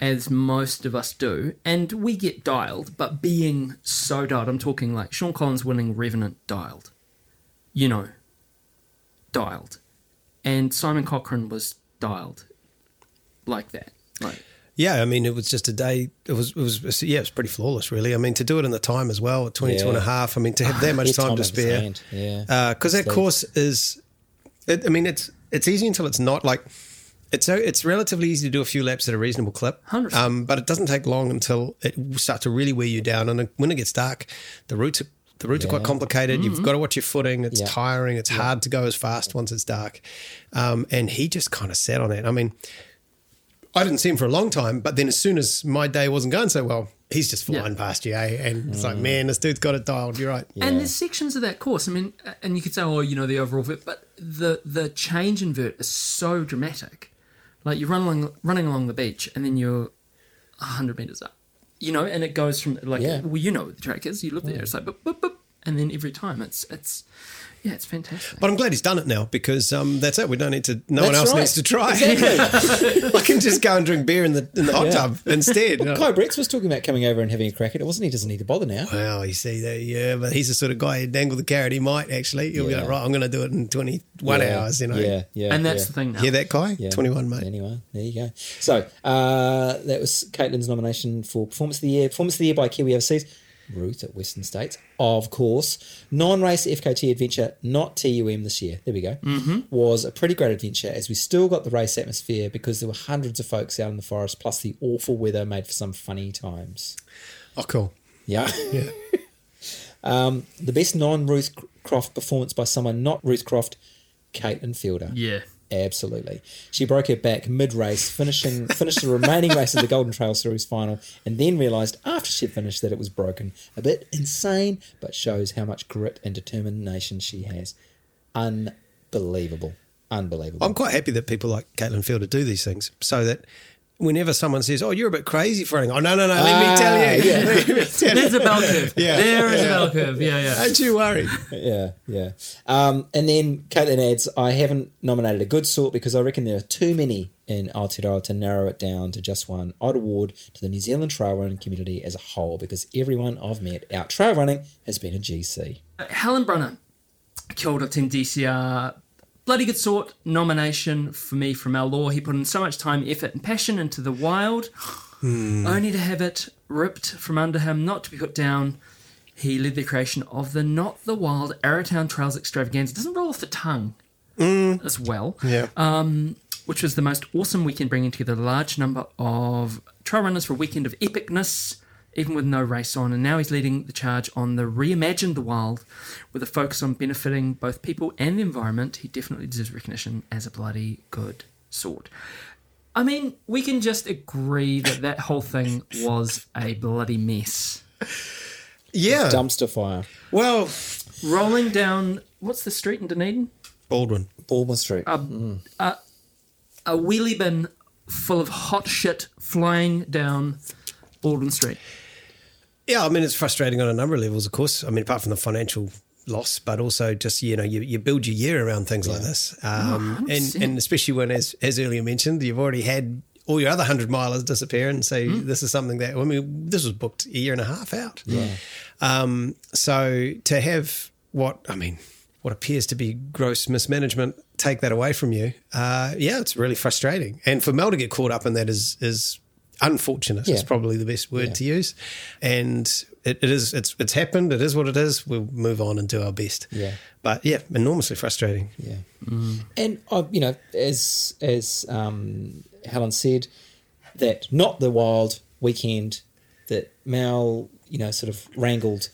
B: as most of us do. And we get dialed, but being so dialed, I'm talking like Sean Collins winning Revenant dialed, you know, dialed. And Simon Cochran was dialed like that. Like,
D: Yeah, I mean, it was just a day. It was, it was, yeah, it was pretty flawless, really. I mean, to do it in the time as well, at 22 and a
C: Yeah.
D: half, I mean, to have that much
C: With
D: time to
C: at the
D: spare. Uh,
C: stand, Yeah.
D: because that
C: Sleep.
D: course is, it, I mean, it's it's easy until it's not. Like, it's so it's relatively easy to do a few laps at a reasonable clip,
B: 100%.
D: um, but it doesn't take long until it starts to really wear you down. And when it gets dark, the routes are, the routes are quite complicated. You've got to watch your footing. It's
C: Mm-hmm. Yeah.
D: tiring. It's hard to go as fast once it's dark. Um, and he just kind of sat on it. I mean, I didn't see him for a long time, but then as soon as my day wasn't going so well, he's just flying past you, eh? And it's
C: Mm.
D: like, man, this dude's got it dialed. You're right.
B: And there's sections of that course. I mean, uh, and you could say, oh, you know, the overall vert, but the the change in vert is so dramatic. Like you're running along, running along the beach, and then you're hundred meters up, you know, and it goes from like,
C: Yeah.
B: well, you know what the track is. You live there. It's like, boop, boop, boop, and then every time, it's it's, yeah, it's fantastic.
D: But I'm glad he's done it now because um, that's it. We don't need to. No one
C: That's
D: else
C: right.
D: needs to try. I can just go and drink beer in the in the hot
C: Yeah.
D: tub instead.
C: Kai Bricks was talking about coming over and having a crack at it, wasn't he? Doesn't need to bother now.
D: Well, you see that, yeah. But he's the sort of guy who dangle the carrot. He might actually. He'll
C: Yeah.
D: go right. I'm going to do it in 21
C: Yeah,
D: hours. You know.
C: Yeah, yeah.
B: and that's
C: yeah.
B: the thing now.
D: Hear that, Kai?
C: Yeah.
D: 21, mate.
C: Anyway, there you go. So uh, that was Caitlin's nomination for Performance of the Year. Performance of the Year by Kiwi Overseas. Route at Western States, of course. Non race FKT adventure, not TUM this year. There we go.
B: Mm-hmm.
C: Was a pretty great adventure as we still got the race atmosphere because there were hundreds of folks out in the forest, plus the awful weather made for some funny times.
D: Oh, cool.
C: Yeah.
D: Yeah.
C: um, the best non Ruth Croft performance by someone not Ruth Croft, Caitlin Fielder.
B: Yeah.
C: Absolutely. She broke her back mid race, finishing finished the remaining race of the Golden Trail Series final, and then realised after she finished that it was broken. A bit insane, but shows how much grit and determination she has. Unbelievable. Unbelievable.
D: I'm quite happy that people like Caitlin Fielder do these things so that whenever someone says, "Oh, you're a bit crazy for running," oh no, no, no. Let
C: Ah,
D: me tell you.
C: yeah.
D: Let me tell you.
B: There's a bell curve.
D: Yeah.
B: There
D: Yeah.
B: is a bell curve. Yeah, yeah.
D: Don't you worry.
C: yeah, yeah. Um, and then Caitlin adds, I haven't nominated a good sort because I reckon there are too many in Aotearoa to narrow it down to just one. I'd award to the New Zealand trail running community as a whole because everyone I've met out trail running has been a GC.
B: Helen Brunner, killed at Team DCR. Bloody good sort nomination for me from our law. He put in so much time, effort, and passion into the wild, only to have it ripped from under him, not to be put down. He led the creation of the Not the Wild Arrowtown Trails Extravaganza. Doesn't roll off the tongue as well
D: Yeah.
B: um, which was the most awesome weekend, bringing together a large number of trail runners for a weekend of epicness, even with no race on. And now he's leading the charge on the Reimagine the Wild with a focus on benefiting both people and the environment. He definitely deserves recognition as a bloody good sort. I mean, we can just agree that that whole thing was a bloody mess.
D: yeah.
C: Dumpster fire.
D: Well,
B: Rolling down, what's the street in Dunedin?
D: Baldwin.
C: Baldwin Street.
B: A wheelie bin full of hot shit flying down Baldwin Street.
D: Yeah, I mean it's frustrating on a number of levels, of course. I mean, apart from the financial loss, but also just you know you, you build your year around things like this, um, and
B: 100%.
D: and especially when, as as earlier mentioned, you've already had all your other hundred milers disappear, and so this is something that I mean this was booked a year and a half out. Yeah. Um, so to have what I mean, what appears to be gross mismanagement take that away from you, uh, yeah, it's really frustrating. And for Mel to get caught up in that is is unfortunate. Is
C: Yeah.
D: probably the best word to use. And it, it is it's it's happened. It is what it is. We'll move on and do our best.
C: Yeah.
D: But yeah, enormously frustrating.
C: Yeah.
D: Mm.
C: And I, you know, as as um, Helen said, that not the wild weekend that Mal, you know, sort of wrangled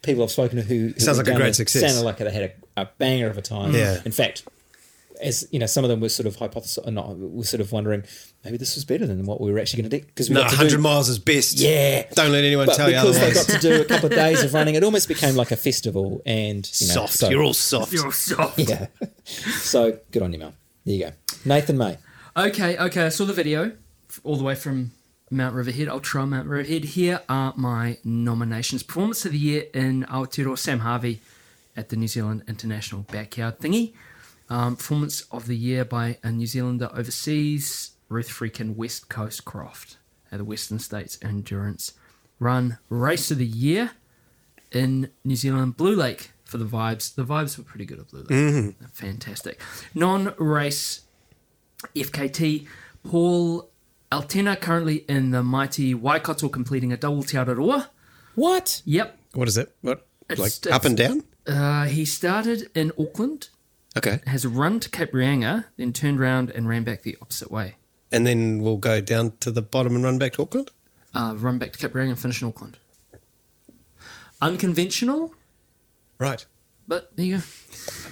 C: people I've spoken to who, who
D: Sounds
C: went
D: like a
C: down
D: great
C: there
D: success.
C: Sounded like they had a, a banger of a time.
D: Yeah.
C: In fact, as you know, some of them were sort of hypothesizing, not were sort of wondering maybe this was better than what we were actually going to do because we
D: No,
C: got to do-
D: 100 miles is best.
C: Yeah.
D: Don't let anyone
C: But
D: tell you
C: because they
D: otherwise.
C: got to do a couple of days of running, it almost became like a festival and you know,
D: soft.
C: so-
D: You're all soft.
B: You're soft.
C: yeah. So good on you, Mel. There you go. Nathan May.
B: Okay, okay, I saw the video f- all the way from Mount Riverhead, Ultra Mount Riverhead. Here are my nominations. Performance of the Year in Aotearoa, Sam Harvey at the New Zealand International Backyard Thingy. Um, performance of the Year by a New Zealander overseas, Ruth Freakin West Coast Croft at the Western States Endurance Run. Race of the Year in New Zealand, Blue Lake for the vibes. The vibes were pretty good at Blue Lake. Fantastic. Non race FKT. Paul Altena currently in the mighty Waikato completing a double Aotearoa.
C: What?
B: Yep.
D: What is it? What?
B: It's-
D: like
B: it's-
D: up and down?
B: Uh, he started in Auckland,
D: Okay.
B: has run to Cape Reinga, then turned round and ran back the opposite way.
D: And then we'll go down to the bottom and run back to Auckland?
B: Uh, run back to Cape Reinga and finish in Auckland. Unconventional,
D: Right.
B: but there you go.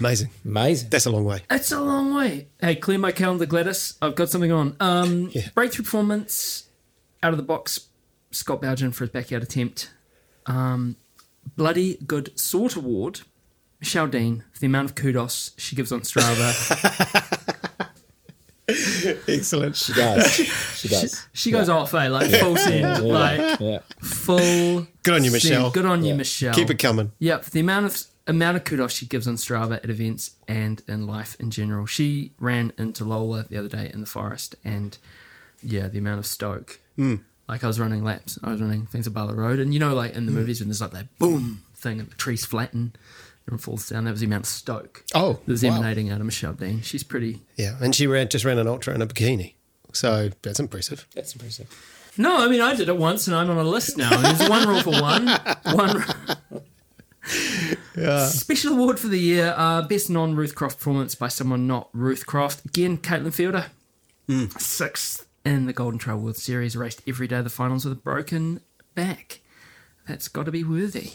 D: Amazing.
C: Amazing.
D: That's a long way.
B: It's a long way. Hey, clear my calendar, Gladys. I've got something on. Um, Breakthrough performance, out of the box, Scott Bowden for his backyard attempt. Um, Bloody Good Sort Award, Michelle Dean for the amount of kudos she gives on Strava.
D: Excellent.
C: She does. She does.
B: she goes off, eh? Like full send,
C: Yeah.
B: like
C: yeah.
B: full.
D: Good on you,
B: send.
D: Michelle.
B: Good on
C: Yeah.
B: you, Michelle.
D: Keep it coming.
B: Yep, the amount of amount of kudos she gives on Strava at events and in life in general. She ran into Lola the other day in the forest, and yeah, the amount of stoke.
D: Hmm.
B: Like I was running laps, I was running things above the road, and you know, like in
D: Hmm.
B: the movies when there's like that boom thing and the trees flatten, everyone falls down. That was the amount of stoke
D: Oh,
B: that was
D: wow.
B: emanating out of Michelle Dean. She's pretty.
D: Yeah. And she ran, just ran an ultra in a bikini. So that's impressive.
C: That's impressive.
B: No, I mean I did it once, and I'm on a list now. And there's one rule for one, one. ru- Special award for the year: uh, best non-Ruth Croft performance by someone not Ruth Croft. Again, Caitlin Fielder, sixth in the Golden Trail World Series, raced every day of the finals with a broken back. That's got to be worthy.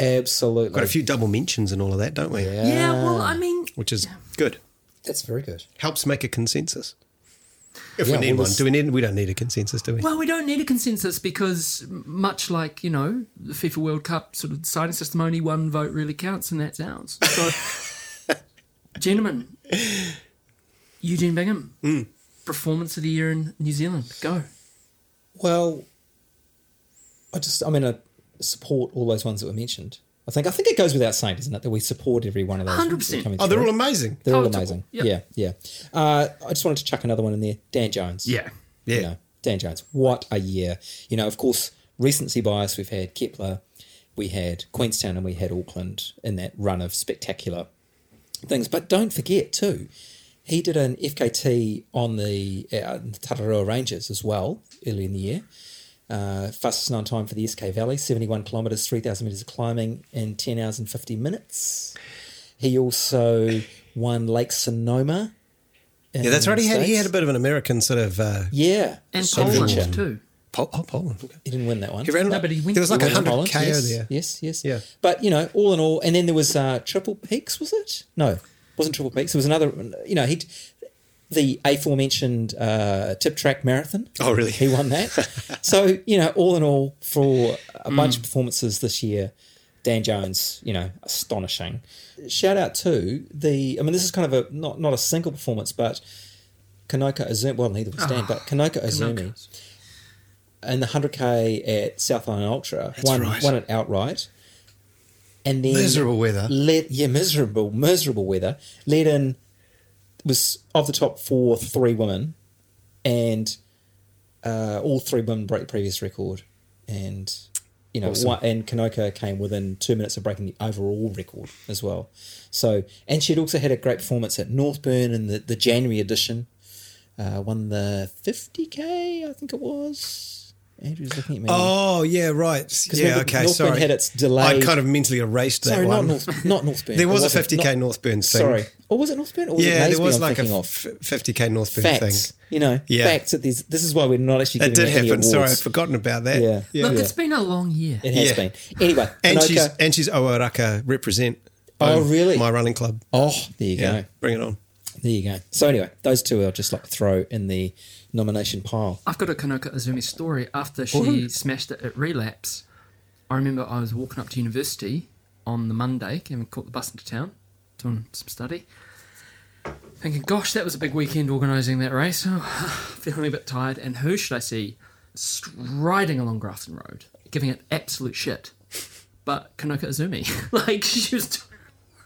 C: Absolutely.
D: Got a few double mentions and all of that, don't we?
C: Yeah.
B: Yeah, well, I mean,
D: Which is good.
C: That's very good.
D: Helps make a consensus. If
C: Yeah,
D: we need
C: well,
D: one.
C: this-
D: Do we need we don't need a consensus, do we?
B: well, we don't need a consensus because much like you know the FIFA World Cup sort of deciding system, only one vote really counts, and that's ours. So, gentlemen, Eugene Bingham, performance of the year in New Zealand, go.
C: Well, I just, I'm going to support all those ones that were mentioned. I think, I think it goes without saying, doesn't it, that we support every one of those.
B: 100%.
C: coming
D: oh, they're
C: through.
D: all amazing.
C: They're all
B: palatable.
C: amazing.
B: Yeah.
C: Yeah, yeah. Uh, I just wanted to chuck another one in there. Dan Jones.
D: Yeah.
C: You know, Dan Jones. What a year. You know, of course, recency bias, we've had Kepler, we had Queenstown, and we had Auckland in that run of spectacular things. But don't forget, too, he did an FKT on the, uh, the Tararua Ranges as well early in the year. Uh, fastest known time for the SK Valley, 71 kilometres, 3,000 metres of climbing in 10 hours and 50 minutes. He also won Lake Sonoma.
D: Yeah, that's right. He had, he had a bit of an American sort of uh,
C: Yeah.
B: And
C: adventure.
B: Poland too.
D: Pol- oh, Poland. Okay.
C: He didn't win that one.
D: He ran
B: No, but he went-
D: there was like
B: he
D: a
B: went
C: Poland,
D: hundred ko
C: yes,
D: there.
C: Yes, yes.
D: Yeah.
C: But, you know, all in all, and then there was uh, Triple Peaks, was it? No, it wasn't Triple Peaks. It was another, you know, he the aforementioned uh, Tip Track Marathon.
D: Oh, really?
C: He won that. so, you know, all in all, for a bunch of
D: Mm.
C: performances this year, Dan Jones, you know, astonishing. Shout out to the, I mean, this is kind of a, not, not a single performance, but Kanoka Azumi, well, neither was Dan, but
D: Ah,
C: Kanoka Azumi and the hundred k at South Island Ultra. one
D: right.
C: one at outright, and then
D: Miserable weather.
C: Led, yeah, miserable, miserable weather. Led in was of the top four, three women, and uh, all three women break previous record, and you know,
D: Awesome.
C: one, and Kanoka came within two minutes of breaking the overall record as well. So, and she'd also had a great performance at Northburn in the, the January edition. Uh, won the 50k, I think it was. Andrew's looking at me.
D: Oh yeah, right. Yeah,
C: remember,
D: okay.
C: Northburn
D: sorry,
C: had its delayed-
D: I kind of mentally erased that
C: sorry, not
D: one.
C: North, not Northburn.
D: there was
C: It
D: a
C: wasn't.
D: 50k
C: Not-
D: Northburn thing.
C: Sorry, or was it Northburn? Or was
D: Yeah,
C: it
D: there was
C: I'm
D: like a
C: thinking
D: f-
C: of?
D: 50k Northburn
C: facts.
D: thing.
C: You know,
D: Yeah.
C: facts that these. This is why we're not actually.
D: It
C: giving
D: did
C: her any
D: happen. Sorry, I'd
C: awards.
D: forgotten about that.
C: Yeah.
D: yeah.
B: Look, it's been a long year.
C: It has
D: Yeah.
C: been. Anyway,
D: And
C: Kanoka-
D: she's and she's Oaraka represent.
C: Oh,
D: um,
C: really?
D: My running club.
C: oh, there you
D: Yeah,
C: go.
D: bring it on.
C: There you go. So anyway, those two I'll just like to throw in the nomination pile.
B: I've got a Kanoka Izumi story. After she smashed it at relapse, I remember I was walking up to university on the Monday, came and caught the bus into town, doing some study. Thinking, gosh, that was a big weekend organising that race. feeling a bit tired. And who should I see striding along Grafton Road, giving it absolute shit? But Kanoka Izumi. like, she was.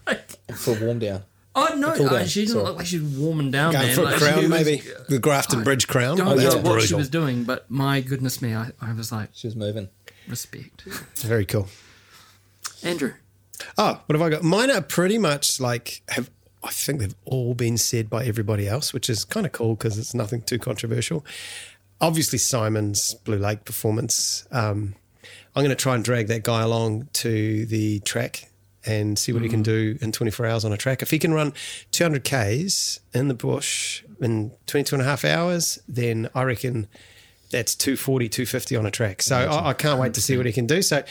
B: Like,
C: for warm down.
B: oh, no,
C: cool
B: uh,
C: down,
B: she didn't
C: sorry.
B: look like she was warming down,
D: Going
B: man.
D: for a
B: Like, she
D: crown,
B: was-
D: maybe the Grafton Bridge crown.
B: don't
D: Oh,
B: know
D: that's
B: what she
D: brutal.
B: was doing, but my goodness me, I, I was like,
C: She was moving.
B: respect.
D: Very cool.
B: Andrew,
D: Oh, what have I got? Mine are pretty much like have I think they've all been said by everybody else, which is kind of cool because it's nothing too controversial. Obviously, Simon's Blue Lake performance. Um, I'm going to try and drag that guy along to the track and see what he can do in 24 hours on a track. If he can run 200 Ks in the bush in 22 and a half hours, then I reckon that's 240, 250 on a track. So I, I can't wait to see what he can do. So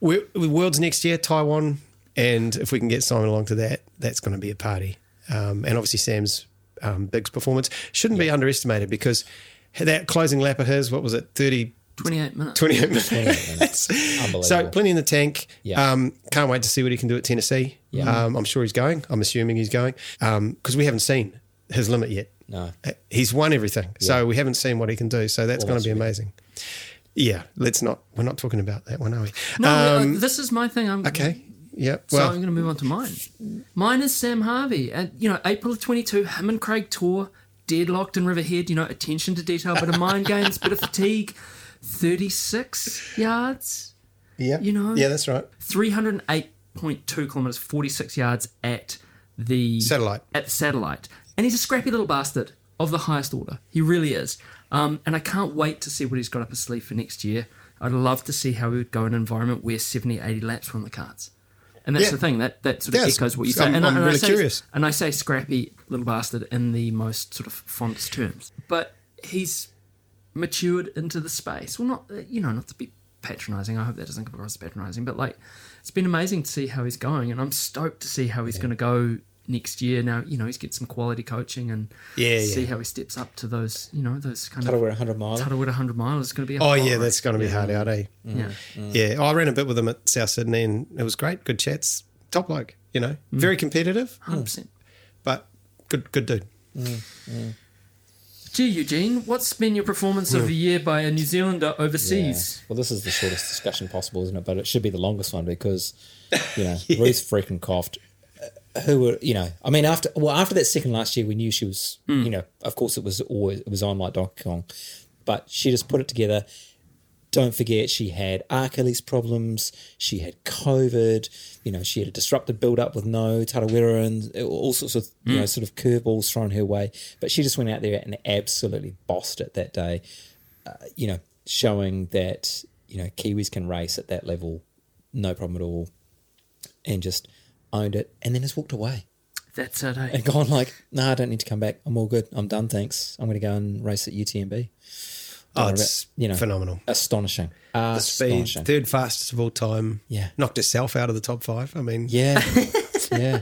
D: we're, the world's next year, Taiwan, and if we can get Simon along to that, that's going to be a party. Um, and obviously Sam's um, Big's performance shouldn't be underestimated because that closing lap of his, what was it, 30,
B: 28 minutes.
D: 28 minutes. So
C: Unbelievable.
D: plenty in the tank.
C: Yeah.
D: Um, can't wait to see what he can do at Tennessee.
C: Yeah.
D: Um, I'm sure he's going. I'm assuming he's going because we haven't seen his limit yet.
C: No.
D: Uh, He's won everything. So we haven't seen what he can do. So that's going to be amazing. Yeah. Let's not, we're not talking about that one, are we?
B: no, uh,
D: Um,
B: this is my thing. I'm,
D: okay. Yeah.
B: So
D: Well,
B: I'm going to move on to mine. Mine is Sam Harvey. And, you know, April of 22, him and Craig tour, deadlocked in Riverhead, you know, attention to detail, bit of mind games, bit of fatigue, 36 yards,
D: yeah.
B: you know-
D: Yeah, that's right.
B: 308.2 kilometres, 46 yards at the
D: Satellite.
B: at the satellite. And he's a scrappy little bastard of the highest order. He really is. Um, and I can't wait to see what he's got up his sleeve for next year. I'd love to see how he would go in an environment where 70, 80 laps were on the cards. And that's
D: Yeah.
B: the thing, that, that sort of
D: Yeah, it's-
B: echoes what you say.
D: I'm-
B: and I-
D: I'm
B: and I
D: really
B: say-
D: curious.
B: And I say scrappy little bastard in the most sort of fondest terms. But he's matured into the space. Well, not uh, you know, not to be patronising. I hope that doesn't come across as patronising, but like, it's been amazing to see how he's going, and I'm stoked to see how he's going to go next year. Now, you know, he's get some quality coaching and
D: Yeah,
B: see
D: yeah.
B: how he steps up to those, you know, those kind
C: Tuttle were
B: of
C: 100 miles.
B: Tuttlewit 100 miles. It's going to be. A
D: Oh,
B: hard
D: yeah.
B: race.
D: That's going to be hard out, eh?
C: Mm,
B: yeah.
D: Yeah, I ran a bit with him at South Sydney, and it was great. Good chats, top bloke. You know,
C: Mm.
D: very competitive,
B: 100. percent
D: but good, good dude.
B: Gee, Eugene, what's been your performance
D: Mm.
B: of the year by a New Zealander overseas?
C: Well, this is the shortest discussion possible, isn't it? But it should be the longest one because, you know, Ruth freaking coughed. Uh, Who were you know? I mean, after well, after that second last year, we knew she was. You know, of course, it was always it was on like Donkey Kong, but she just put it together. Don't forget, she had Achilles problems. She had COVID. You know, she had a disrupted build up with no Tarawera and all sorts of you know sort of curveballs thrown her way. But she just went out there and absolutely bossed it that day you know, showing that you know Kiwis can race at that level, no problem at all, and just owned it, and then just walked away
B: That's it. eh?
C: and gone like, "No, I don't need to come back. I'm all good. I'm done. Thanks. I'm going to go and race at UTMB."
D: Oh,
C: Don't worry
D: it's
C: about-
D: phenomenal.
C: astonishing,
D: The speed,
C: astonishing.
D: third fastest of all time.
C: Yeah.
D: knocked herself out of the top five. I mean,
C: yeah, yeah,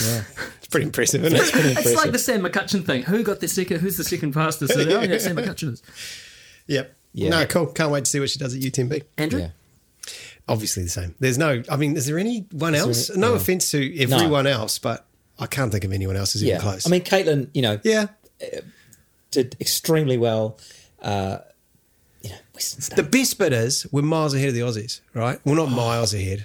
C: yeah.
D: it's pretty impressive, isn't it?
C: Pretty
B: It's like
C: impressive.
B: the Sam McCutcheon thing. Who got the second? Who's the second fastest? So, oh, yeah, Sam McCutcheon.
D: yep.
C: Yeah.
D: No, cool. Can't wait to see what she does at UTMB.
B: Andrew?
C: yeah.
D: Obviously the same. There's no. I mean, is there anyone else?
C: any-
D: no
C: yeah.
D: offense to everyone else, but I can't think of anyone else who's
C: Yeah.
D: even close.
C: I mean, Caitlin, you know,
D: yeah,
C: did extremely well. Uh, you know, Western Star.
D: The best bit is we're miles ahead of the Aussies, right? Well, not miles ahead.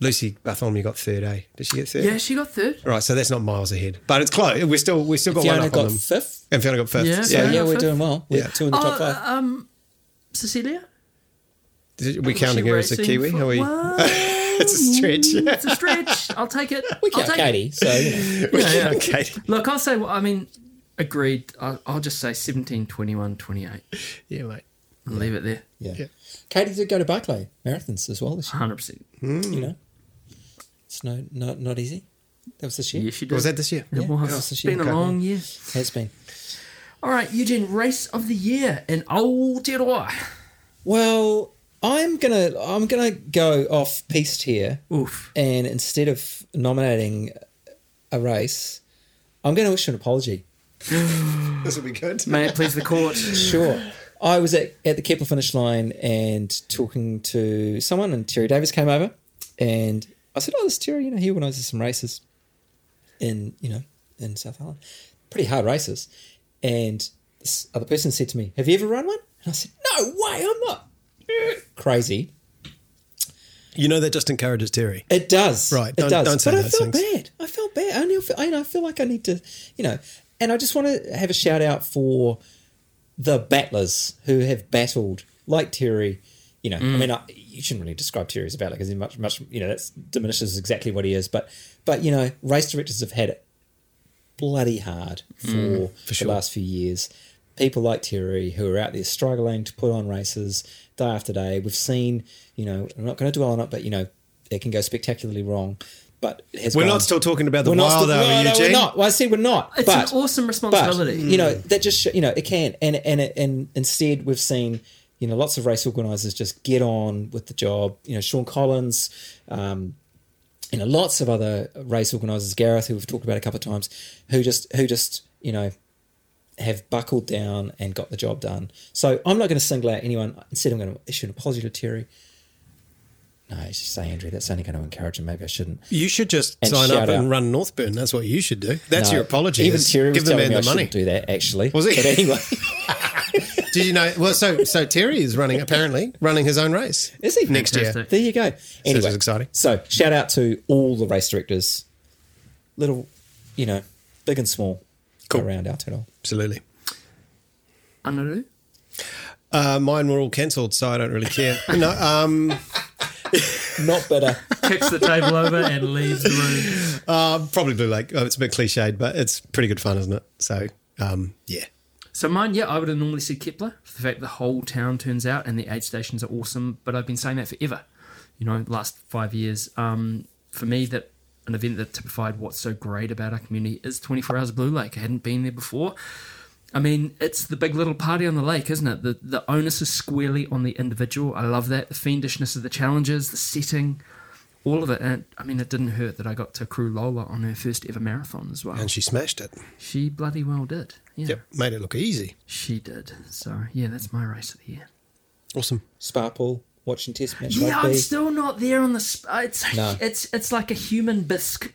D: Lucy Bartholomew got third, eh? Did she get third?
B: Yeah, she got third.
D: Right, so that's not miles ahead, but it's close. We're still we still got
C: Fiona
D: one up
C: got
D: on them.
C: fifth.
D: and Fiona got fifth.
B: Yeah, Oh,
C: So,
B: Fiona
C: yeah,
B: got
C: we're
B: fifth. um,
C: doing well. We're
D: Yeah.
C: two in the top
B: Oh,
C: five.
B: uh, um, Cecilia?
D: We're counting her as a
B: racing
D: Kiwi.
B: for-
D: Are we?
B: Well,
D: it's a stretch.
B: it's a stretch. I'll take it.
C: We
B: I'll
C: count
B: take it.
C: Katie, so you know.
D: We
B: Yeah, yeah.
D: count Katie.
B: Look, I'll say. Well, I mean, agreed. I'll, I'll just say 17, 21, 28. and
D: Yeah, mate.
B: Leave it there.
C: yeah.
D: Yeah.
C: Katie did go to Barclay marathons as well this year.
B: 100%.
C: You know, it's no not not easy. That was this year.
B: Yes, you did.
D: Was that Oh, this year?
B: It was.
C: was this
B: It's
C: year.
B: been a
C: Okay.
B: long year.
C: It's been.
B: All right, Eugene, race of the year in Aotearoa.
C: Well, I'm gonna I'm gonna go off piste here,
B: Oof.
C: and instead of nominating a race, I'm going to issue an apology.
D: This will be good.
B: May it please the court.
C: Sure. I was at, at the Kepler finish line and talking to someone, and Terry Davis came over, and I said, "Oh, this Terry, you know, he organises some races in you know in South Island, pretty hard races." And this other person said to me, "Have you ever run one?" And I said, "No way, I'm not crazy."
D: You know that just encourages Terry.
C: It does,
D: Right,
C: it
D: don't-
C: does.
D: don't say
C: but I
D: those
C: felt
D: things.
C: bad. I felt bad. I only feel, I, I feel like I need to, you know. And I just want to have a shout out for the battlers who have battled, like Terry. You know,
D: Mm.
C: I mean, I, you shouldn't really describe Terry as a battler because he's much, much. You know, that diminishes exactly what he is. But, but you know, race directors have had it bloody hard for,
D: Mm,
C: the last few years. People like Terry who are out there struggling to put on races day after day. We've seen, you know, I'm not going to dwell on it, but you know, it can go spectacularly wrong. But it has
D: We're
C: gone-
D: not still talking about the
C: We're not
D: wild
C: still-
D: hour,
C: no, no,
D: Eugene.
C: we're not. Well, I said we're not.
B: It's
C: but,
B: an awesome responsibility.
C: but you know
D: Mm.
C: that just sho- you know it can and and and instead we've seen you know lots of race organisers just get on with the job. You know Sean Collins, um, you know lots of other race organisers, Gareth, who we've talked about a couple of times, who just who just you know have buckled down and got the job done. So I'm not going to single out anyone. Instead, I'm going to issue an apology to Terry. No, I should say Andrew, that's only going to encourage him. Maybe I shouldn't.
D: You should just
C: And
D: sign up
C: shout
D: and
C: out.
D: run Northburn. That's what you should do. That's
C: No,
D: your apology.
C: Even
D: is
C: Terry was
D: give the
C: telling
D: man
C: me I
D: the
C: shouldn't
D: money.
C: do that. Actually,
D: Was he?
C: But anyway,
D: Did you know? Well, so so Terry is running apparently running his own race.
C: Is he?
D: next year?
B: Fantastic.
C: There you go. Anyway,
D: is exciting.
C: So shout out to all the race directors, little, you know, big and small,
D: Cool.
C: around our tunnel.
D: Absolutely.
B: Anaru?
D: Uh, mine were all cancelled, so I don't really care. no, um,
C: Not better.
B: Kicks the table over and leaves the room.
D: uh, probably Blue Lake. Oh, it's a bit cliched, but it's pretty good fun, isn't it? So um, yeah,
B: So mine, yeah, I would have normally said Kepler. For the fact the whole town turns out and the aid stations are awesome, but I've been saying that forever. You know, last five years. Um, for me, that an event that typified what's so great about our community is 24 Hours Blue Lake. I hadn't been there before. I mean, it's the big little party on the lake, isn't it? The the onus is squarely on the individual. I love that. The fiendishness of the challenges, the setting, all of it. And I mean, it didn't hurt that I got to crew Lola on her first ever marathon as well.
D: and she smashed it.
B: She bloody well did. Yeah.
D: Yep, made it look easy.
B: She did. So yeah, that's my race of the year.
D: Awesome.
C: Sparple watching Test match
B: Yeah, I'm
C: rugby.
B: still not there on the. Sp- uh, it's
C: No.
B: it's it's like a human bisque.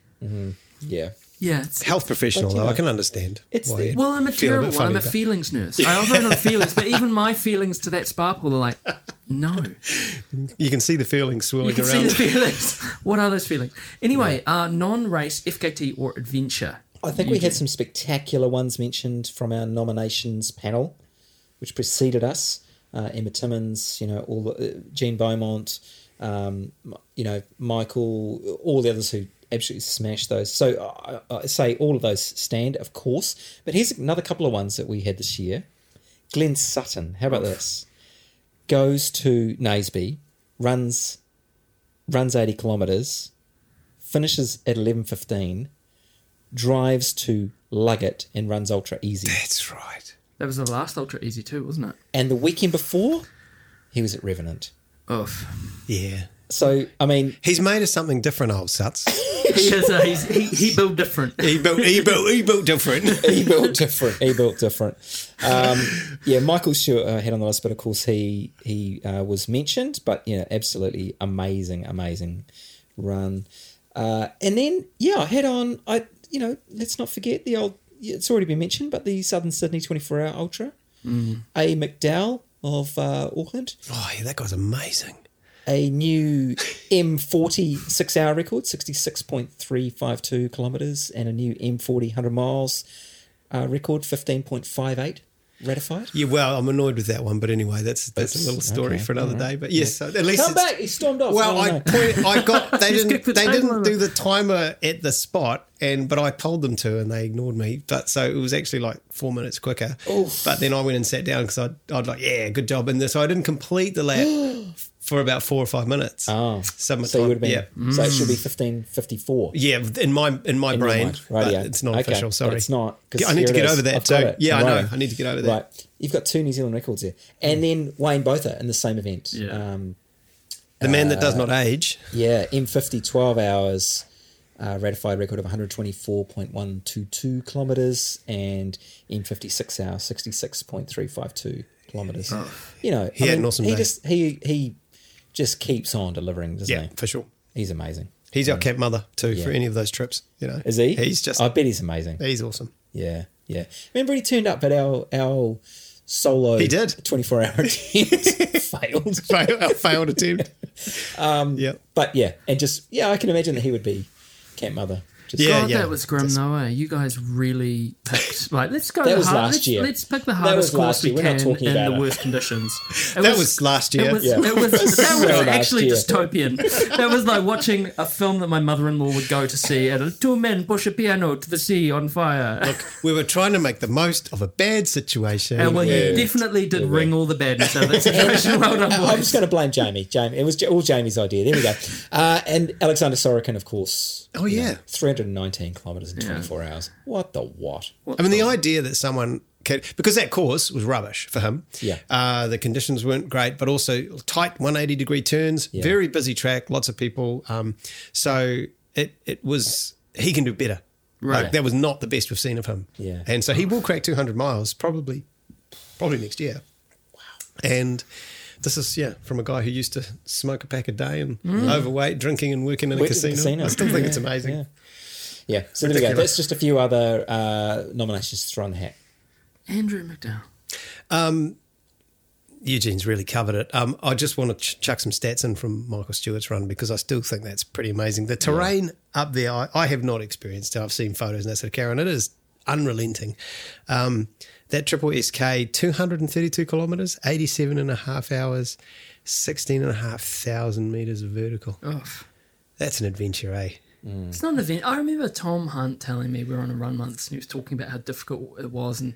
C: yeah,
B: Yeah. It's,
D: Health professional,
C: But, you
D: though, I
C: know,
D: can understand.
C: it's
D: why
C: the-
D: you'd
B: well, I'm
D: feel
B: a
D: bit
B: terrible. one.
D: funny
B: I'm a
D: about-
B: feelings nurse. I often have feelings, but even my feelings to that sparkle are like, no.
D: You can see the feelings
B: You
D: swirling
B: can see
D: around.
B: the feelings. What are those feelings? Anyway, uh, non-race FKT or adventure.
C: I think we had some spectacular ones mentioned from our nominations panel, which preceded us. Uh, Emma Timmins, you know, all the, uh, Gene Beaumont, um, m- you know, Michael, all the others who absolutely smashed those. So I, I say all of those stand, of course. But here's another couple of ones that we had this year. Glenn Sutton, how about this? Goes to Naseby, runs runs 80 kilometres, finishes at 11.15, drives to Luggett and runs ultra easy.
D: That's right.
B: That was the last ultra easy too, wasn't it?
C: And the weekend before, he was at Revenant.
B: Oof.
D: Yeah.
C: So, I mean,
D: He's made us something different, old Suts.
B: He is. A, he's, he he built different.
D: he built, he built, he built different.
C: he built different. He built different. Um, yeah, Michael Stewart uh, had on the list, but of course he he uh, was mentioned. But you know, absolutely amazing, amazing run. Uh, and then yeah, I had on. I you know, let's not forget the old. yeah, It's already been mentioned, but the Southern Sydney twenty four hour ultra. A McDowell of uh, Auckland,
D: Oh, yeah, that guy's amazing.
C: a new M40 six hour record, 66.352 kilometres, and a new M40 100 miles uh, record, 15.58. ratified?
D: Yeah, well, I'm annoyed with that one, but anyway, that's that's
C: That's-
D: a little story
C: okay, Mm-hmm.
D: for another day. But yes, so at least
C: Come
D: it's-
C: back! He stormed off.
D: Well,
C: Oh,
D: I
C: no.
D: point, I got they didn't
B: keep the
D: they
B: time
D: didn't
B: over.
D: do the timer at the spot, and but I told them to, and they ignored me. But so it was actually like four minutes quicker. But then I went and sat down because I'd, I'd like yeah, good job, and so I didn't complete the lap for about four or five minutes.
C: Oh,
D: so, my
C: so you
D: time-
C: would have been.
D: yeah. Mm.
C: So it should be fifteen fifty four.
D: Yeah, in my in my brain, but
C: yeah,
D: it's not official. Sorry,
C: it's not. 'cause
D: I need
C: here
D: to
C: it
D: get
C: is.
D: over that
C: I've got
D: too.
C: it.
D: Yeah, I know.
C: Right.
D: I need to get over that. Mm.
C: Right, you've got two New Zealand records here, and then Wayne Botha in the same event.
B: Yeah.
C: um,
D: The man that
C: Uh,
D: does not age.
C: yeah, M50 12 hours. Uh, ratified record of 124.122 kilometers and M56 hours 66.352 kilometers. You know,
D: Oh. He had an awesome
C: he
D: day.
C: just he he just keeps on delivering, doesn't
D: Yeah,
C: he?
D: for sure.
C: He's amazing.
D: He's our camp mother too for
C: Yeah.
D: any of those trips. You know,
C: Is he?
D: He's just
C: I bet he's amazing.
D: he's awesome.
C: Yeah, yeah. Remember, he turned up at our our solo.
D: He did.
C: twenty four hour attempt failed,
D: failed, our failed attempt. Um, yeah.
C: but yeah, and just yeah, I can imagine that he would be camp mother. Just
D: Yeah,
B: God,
D: yeah.
B: Oh, that was grim though. Eh? You guys really picked like let's go.
C: That
B: the
C: was
B: hard-
C: last
B: let's,
C: year.
B: Let's pick the
C: That
B: hardest
C: was last
B: course we
C: year. We're not
B: can
C: talking
B: in
C: about
B: the
C: it.
B: worst conditions. It
D: That was last year.
B: It was,
C: Yeah.
B: it was, that was
C: Well,
B: actually
C: last
B: dystopian. that was like watching a film that my mother-in-law would go to see, and two men push a piano to the sea on fire.
D: we were trying to make the most of a bad situation.
B: and well,
C: yeah.
B: you definitely did
C: Yeah,
B: ring all the badness out of that situation. well done,
C: I'm just
B: boys.
C: going to blame Jamie. Jamie, it was Ja- all Jamie's idea. There we go. Uh, and Alexander Sorokin, of course.
D: Oh, yeah.
C: 319 kilometers in 24 hours. What the what?
D: I mean, the idea that someone can, because that course was rubbish for him.
C: Yeah.
D: Uh, the conditions weren't great, but also tight 180 degree turns, very busy track, lots of people. Um, so it, it was, he can do better.
B: Right.
D: Like, that was not the best we've seen of him.
C: Yeah.
D: And so he will crack 200 miles probably, probably next year. Wow. And this is, yeah, from a guy who used to smoke a pack a day and overweight, drinking and working in a
C: Worked at the
D: casino.
C: casino.
D: I still think
C: Yeah,
D: it's amazing.
C: yeah. Yeah, so there we go.
D: Ridiculous.
C: That's just a few other uh, nominations to throw in the hat.
B: Andrew McDowell.
D: Eugene's really covered it. Um, I just want to ch- chuck some stats in from Michael Stewart's run because I still think that's pretty amazing. The terrain up there, I, I have not experienced. I've seen photos and I said, Karen, it is unrelenting. Um, that triple SK, 232 kilometers, 87 and a half hours, 16 and a half thousand meters of vertical.
B: Ugh.
D: That's an adventure, eh?
B: It's not an event. I remember Tom Hunt telling me we were on a run once and he was talking about how difficult it was. And,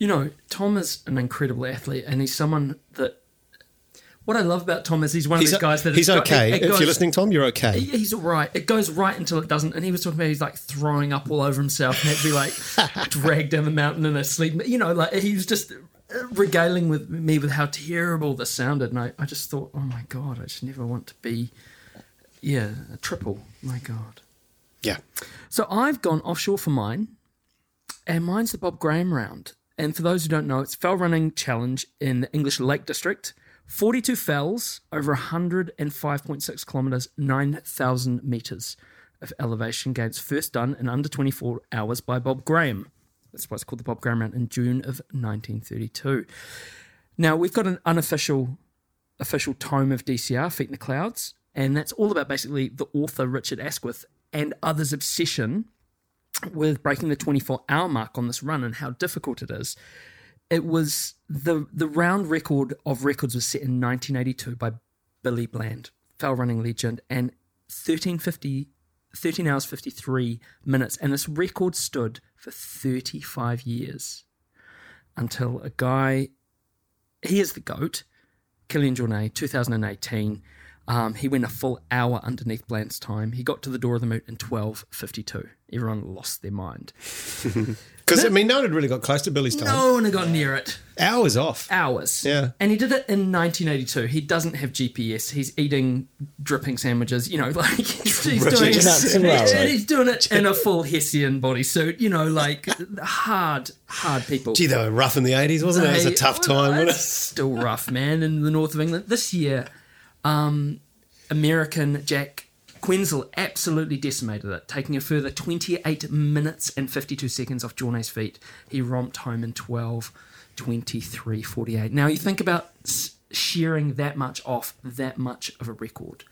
B: you know, Tom is an incredible athlete and he's someone that. What I love about Tom is he's one of
D: He's,
B: these guys that
D: he's
B: it's got-
D: okay.
B: it- it
D: if
B: goes-
D: you're listening, Tom, you're okay.
B: yeah, he's all right. It goes right until it doesn't. And he was talking about he's like throwing up all over himself and had to be like dragged down the mountain in a sleep. You know, like he was just uh, regaling with me with how terrible this sounded. And I, I just thought, oh my God, I just never want to be, yeah, a triple. My God.
D: Yeah.
B: So I've gone offshore for mine, and mine's the Bob Graham round. And for those who don't know, it's fell running challenge in the English Lake District. 42 fells over 105.6 kilometers, 9,000 meters of elevation gains, first done in under 24 hours by Bob Graham. That's why it's called the Bob Graham Round in June of 1932. Now, we've got an unofficial official tome of DCR, Feet in the Clouds, and that's all about basically the author Richard Asquith and others' obsession with breaking the 24 hour mark on this run and how difficult it is. It was the the round record of records was set in 1982 by Billy Bland, fell running legend, and 1350 13 hours 53 minutes and this record stood for 35 years until a guy he is the goat Killian Jornet, 2018. Um, he went a full hour underneath Bland's time. He got to the door of the moot in 12.52. Everyone lost their mind.
D: Because, I mean, no one had really got close to Billy's time.
B: No one had got near it.
D: Hours off.
B: Hours.
D: Yeah.
B: And he did it in 1982. He doesn't have GPS. He's eating dripping sandwiches, you know, like he's, he's doing
D: Dripping
C: nuts and railroad.
B: it. And he's doing it in a full Hessian bodysuit, you know, like hard, hard people.
D: Gee, they were rough in the 80s, wasn't it? It was a
B: Hey,
D: tough
B: well,
D: time, wasn't
B: it's
D: it?
B: Still rough, man, in the north of England. This year, um, American Jack Quinzel absolutely decimated it, taking a further 28 minutes and 52 seconds off Journe's feet. He romped home in 12, 23, 48. Now, you think about s- shearing that much off that much of a record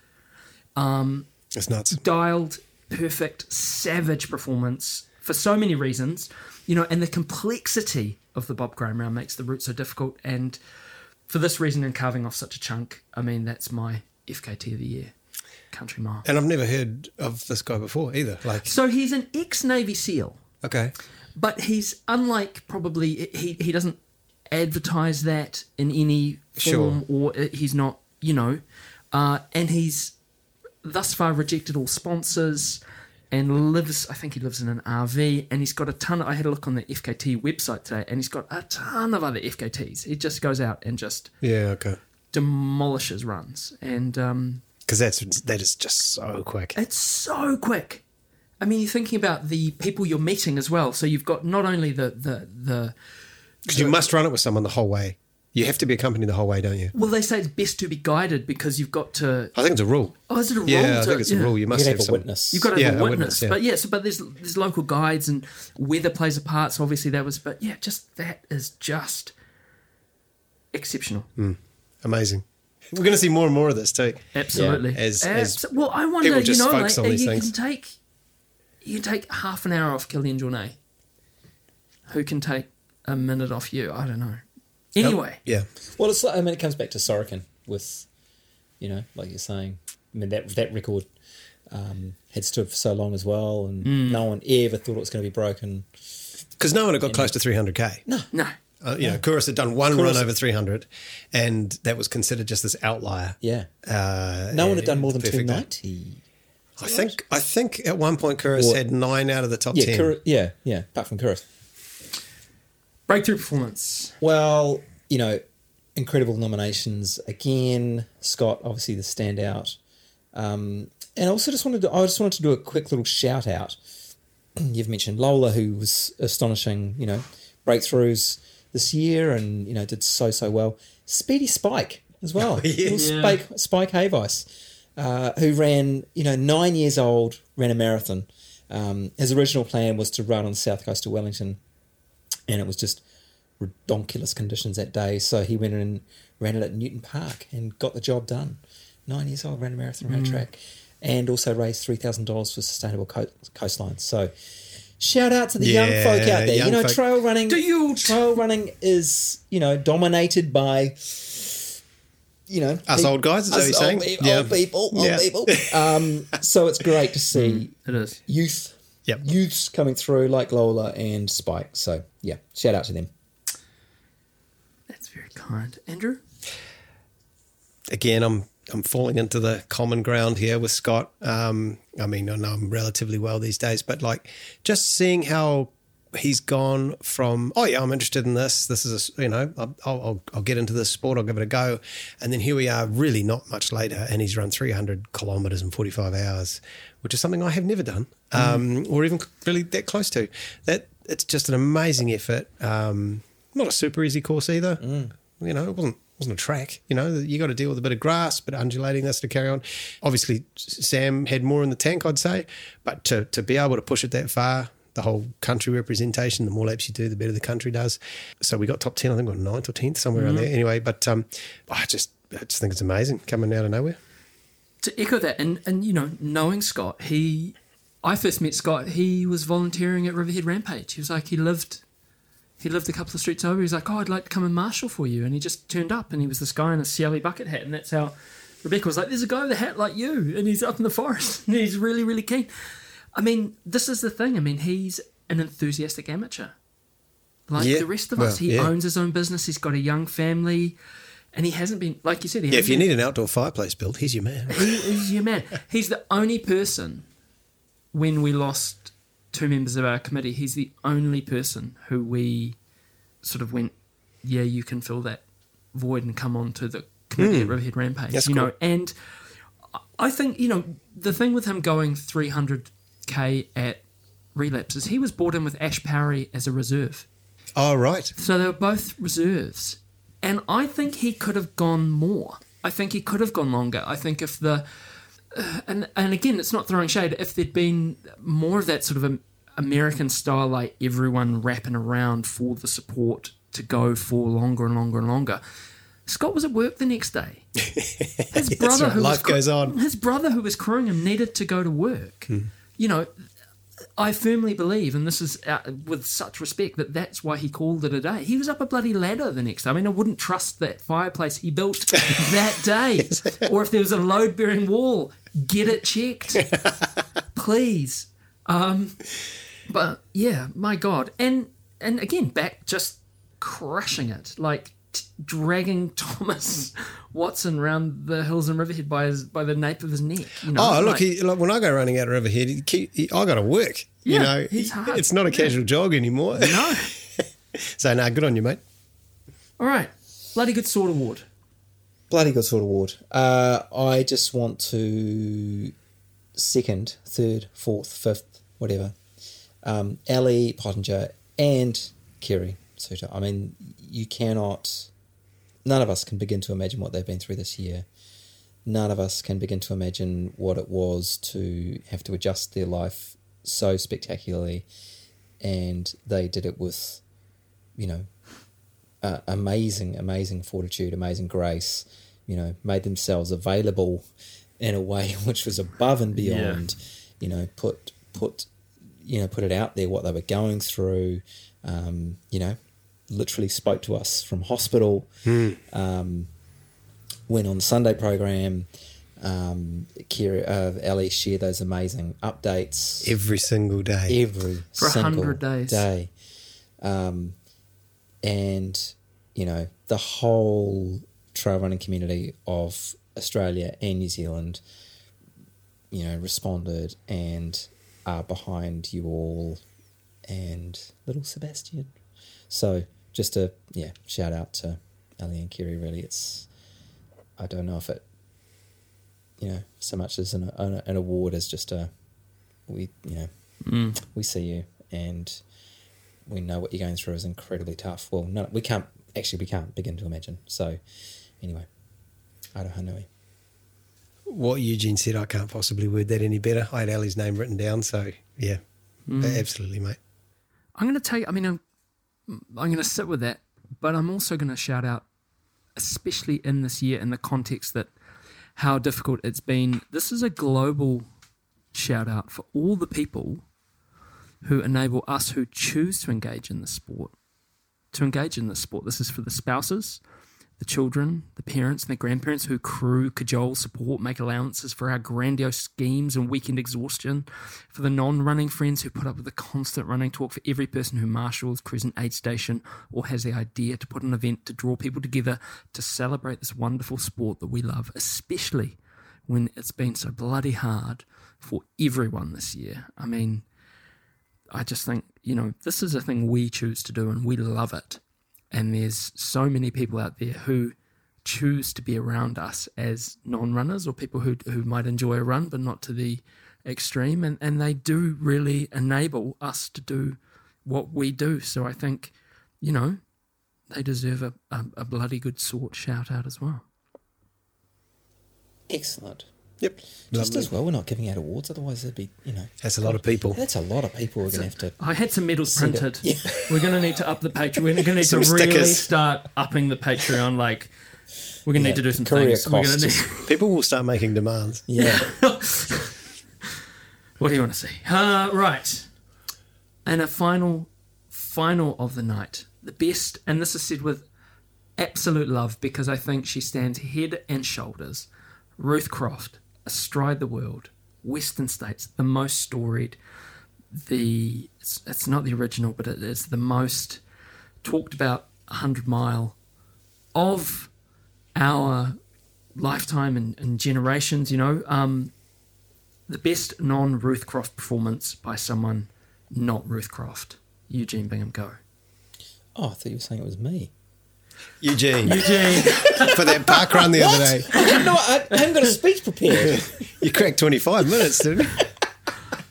D: It's nuts.
B: dialed, perfect, savage performance for so many reasons, you know, and the complexity of the Bob Graham round makes the route so difficult. And for this reason, in carving off such a chunk, I mean, that's my FKT of the year, country mile.
D: And I've never heard of this guy before either. Like,
B: So he's an ex Navy SEAL,
D: okay,
B: but he's unlike probably he he doesn't advertise that in any form, or uh, he's not you know, uh, and he's thus far rejected all sponsors and lives I think he lives in an RV and he's got a ton I had a look on the FKT website today and he's got a ton of other FKTs. He just goes out and just
D: yeah, okay,
B: demolishes runs and um,
D: because that's that is just so quick.
B: it's so quick. I mean, you're thinking about the people you're meeting as well. So you've got not only the the the
D: Because you must run it with someone the whole way. You have to be accompanied the whole way, don't you?
B: well, they say it's best to be guided because you've got to.
D: I think it's a rule.
B: Oh, is it a rule?
D: Yeah, I
B: to-
D: think it's
B: yeah.
D: a rule. You
C: You
D: must
C: can
D: have,
C: have a
D: some-
C: witness.
B: You've got to
D: Yeah,
B: have a
D: a
B: witness,
D: witness, yeah.
B: but yeah. So, but there's there's local guides and weather plays a part. So obviously that was, but yeah, just that is just exceptional.
D: Amazing. We're going to see more and more of this too.
B: Absolutely.
D: Mm. Yeah, as- as
B: well, I wonder,
D: people
B: you
D: just
B: know, like
D: focus on
B: uh,
D: these
B: you
D: things.
B: can take you can take half an hour off Killian Jornet. Who can take a minute off you? I don't know. Anyway,
D: Yeah.
C: Well, it's like, I mean, it comes back to Sorokin with, you know, like you're saying, I mean, that, that record um, had stood for so long as well, and no one ever thought it was going to be broken.
D: Because no one had got close to 300K. No.
B: no.
D: Uh, you know, Kouros had done one
C: Kouros-
D: run over 300, and that was considered just this outlier.
C: Yeah.
D: Uh,
C: No one
D: and
C: had done more than
D: perfect.
C: 290.
D: I think I think at one point Kouros
C: Or-
D: had nine out of the top
C: Yeah,
D: 10.
C: Kura, yeah, yeah, apart from Kuros.
B: Breakthrough performance.
C: Well, you know, incredible nominations again. Scott, obviously the standout. Um, and I also just wanted to, I just wanted to do a quick little shout out. You've mentioned Lola, who was astonishing, you know, breakthroughs this year and, you know, did so, so well. Speedy Spike as well. Little Spike, Spike Hayvice, uh, who ran, you know, nine years old, ran a marathon. Um, his original plan was to run on the south coast of Wellington and it was just redonkulous conditions that day. So he went in and ran it at Newton Park and got the job done. Nine years old, ran a marathon
D: Mm.
C: around track, and also raised three thousand dollars for sustainable co- coastlines. So shout out to the young
D: Yeah,
C: folk out there. You
D: young
C: know,
D: folk.
C: trail running.
B: Do you-
C: trail running is you know dominated by. You know,
D: Us
C: peop-
D: old guys, is that
C: us
D: what you're saying?
C: Old, pe-
D: Yeah.
C: old people, old
D: Yeah. Hmm.
C: people. Um, so it's great to see
B: It is.
C: youth,
D: Yep.
C: youths coming through like Lola and Spike. So yeah, shout out to them.
B: That's very kind. Andrew?
D: Again, I'm I'm falling into the common ground here with Scott. Um, I mean, I know I'm relatively well these days, but like just seeing how he's gone from oh yeah, I'm interested in this. This is a, s- you know I'll, I'll I'll get into this sport. I'll give it a go, and then here we are, really not much later, and he's run 300 kilometers in 45 hours, which is something I have never done, um, or even really that close to. That it's just an amazing effort. Um, not a super easy course either. You know, it wasn't wasn't a track. You know, you got to deal with a bit of grass, but undulating this to carry on. Obviously, S- Sam had more in the tank, I'd say, but to to be able to push it that far, the whole country representation, the more laps you do, the better the country does. So we got top ten, I think, we got ninth or tenth somewhere around there. Anyway, but um, I just I just think it's amazing coming out of nowhere.
B: To echo that, and, and you know, knowing Scott, he, I first met Scott, he was volunteering at Riverhead Rampage. He was like, he lived, he lived a couple of streets over. He was like, oh, I'd like to come and marshal for you. And he just turned up and he was this guy in a CLE bucket hat. And that's how Rebecca was like, there's a guy with a hat like you. And he's up in the forest and he's really, really keen. I mean, this is the thing. I mean, he's an enthusiastic amateur. Like
D: Yeah,
B: the rest of
D: well,
B: us, he
D: yeah.
B: owns his own business. He's got a young family, and he hasn't been like you said. He
D: Yeah,
B: hasn't
D: if you
B: been-
D: need an outdoor fireplace built, he's your man.
B: he is your man. He's the only person when we lost two members of our committee, he's the only person who we sort of went, Yeah, you can fill that void and come on to the committee at Riverhead Rampage.
D: Hmm. That's
B: you know,
D: cool.
B: and I think, you know, the thing with him going three hundred K at relapse is he was brought in with Ash Parry as a reserve.
D: oh right,
B: So they were both reserves. And I think he could have gone more. I think he could have gone longer. I think if the. uh, and, and again, it's not throwing shade. If there'd been more of that sort of um, American style, like everyone wrapping around for the support to go for longer and longer and longer, Scott was at work the next day. His brother,
D: right.
B: who was
D: Life goes on. Hmm.
B: His brother, who was crewing him, needed to go to work. You know, I firmly believe, and this is uh, with such respect, that that's why he called it a day. He was up a bloody ladder the next day. I mean, I wouldn't trust that fireplace he built that day. Or if there was a load bearing wall, get it checked. Please. Um, but yeah, my God. And, and again, back just crushing it. Like, t- dragging Thomas Watson round the hills and Riverhead by his by the nape of his neck. You know,
D: Oh, look,
B: like-
D: he, like, when I go running out of Riverhead, he, keep- he, I got to work. you
B: Yeah,
D: know,
B: it's hard.
D: it's not a casual jog anymore.
B: no.
D: so, no, good on you, mate.
B: All right, bloody good sword award.
C: Bloody good sort of award. Uh, I just want to second, third, fourth, fifth, whatever. Um, Ellie Pottinger and Kerry Suter. I mean, you cannot. None of us can begin to imagine what they've been through this year. None of us can begin to imagine what it was to have to adjust their life so spectacularly, and they did it with, you know, uh, amazing, amazing fortitude, amazing grace, you know, made themselves available in a way which was above and beyond, you know, put, put, you know, put it out there what they were going through, um, you know, literally spoke to us from hospital, um, went on the Sunday program, um, Kira, uh, Ellie shared those amazing updates
D: Every single day.
C: every
B: For a
C: single
B: hundred days.
C: day. Um, and you know the whole trail running community of Australia and New Zealand, you know, responded and are behind you all and little Sebastian. So just a yeah shout out to Ali and Kiri. Really, it's I don't know if it you know so much as an an, an award as just a we you know we see you and we know what you're going through is incredibly tough. Well, no, we can't actually we can't begin to imagine. So anyway, Ado Hanui.
D: What Eugene said, I can't possibly word that any better. I had Ali's name written down. So, yeah,
B: Mm.
D: absolutely, mate.
B: I'm going to take. I mean, I'm I'm going to sit with that, but I'm also going to shout out, especially in this year, in the context that how difficult it's been. This is a global shout out for all the people who enable us who choose to engage in the sport to engage in the sport. This is for the spouses, the children, the parents, and the grandparents who crew, cajole, support, make allowances for our grandiose schemes and weekend exhaustion, for the non running friends who put up with the constant running talk, for every person who marshals, crews an aid station, or has the idea to put an event to draw people together to celebrate this wonderful sport that we love, especially when it's been so bloody hard for everyone this year. I mean, I just think, you know, this is a thing we choose to do and we love it. And there's so many people out there who choose to be around us as non runners or people who, who might enjoy a run but not to the extreme. And, and they do really enable us to do what we do. So I think, you know, they deserve a, a, a bloody good sort shout out as well.
C: Excellent.
D: Yep.
C: Just
D: Lovely. Oh.
C: as well, we're not giving out awards. Otherwise, it'd be you know
D: That's a lot of people.
C: that's a lot of people we're gonna have to.
B: I had some medals
C: Send it.
B: printed. We're going to need to up the Patreon. We're going to need
D: Some
B: to really
D: stickers.
B: start upping the Patreon. Like, we're going to
C: Yeah,
B: need to do some
C: courier
B: things. We're going
C: costs.
B: to need.
D: People will start making demands.
C: Yeah.
B: What do you want to see? Uh, right. And a final, final of the night. The best, and this is said with absolute love because I think she stands head and shoulders. Ruth Croft, astride the world, Western States, the most storied, the it's, it's not the original, but it is the most talked about 100 mile of our lifetime and, and generations, you know. Um, the best non Ruth Croft performance by someone not Ruth Croft. Eugene Bingham, go.
C: Oh, I thought you were saying it was me.
D: Eugene,
B: Eugene.
D: for that park run the other day,
C: I didn't know. I, I haven't got a speech prepared.
D: you cracked 25 minutes, didn't you?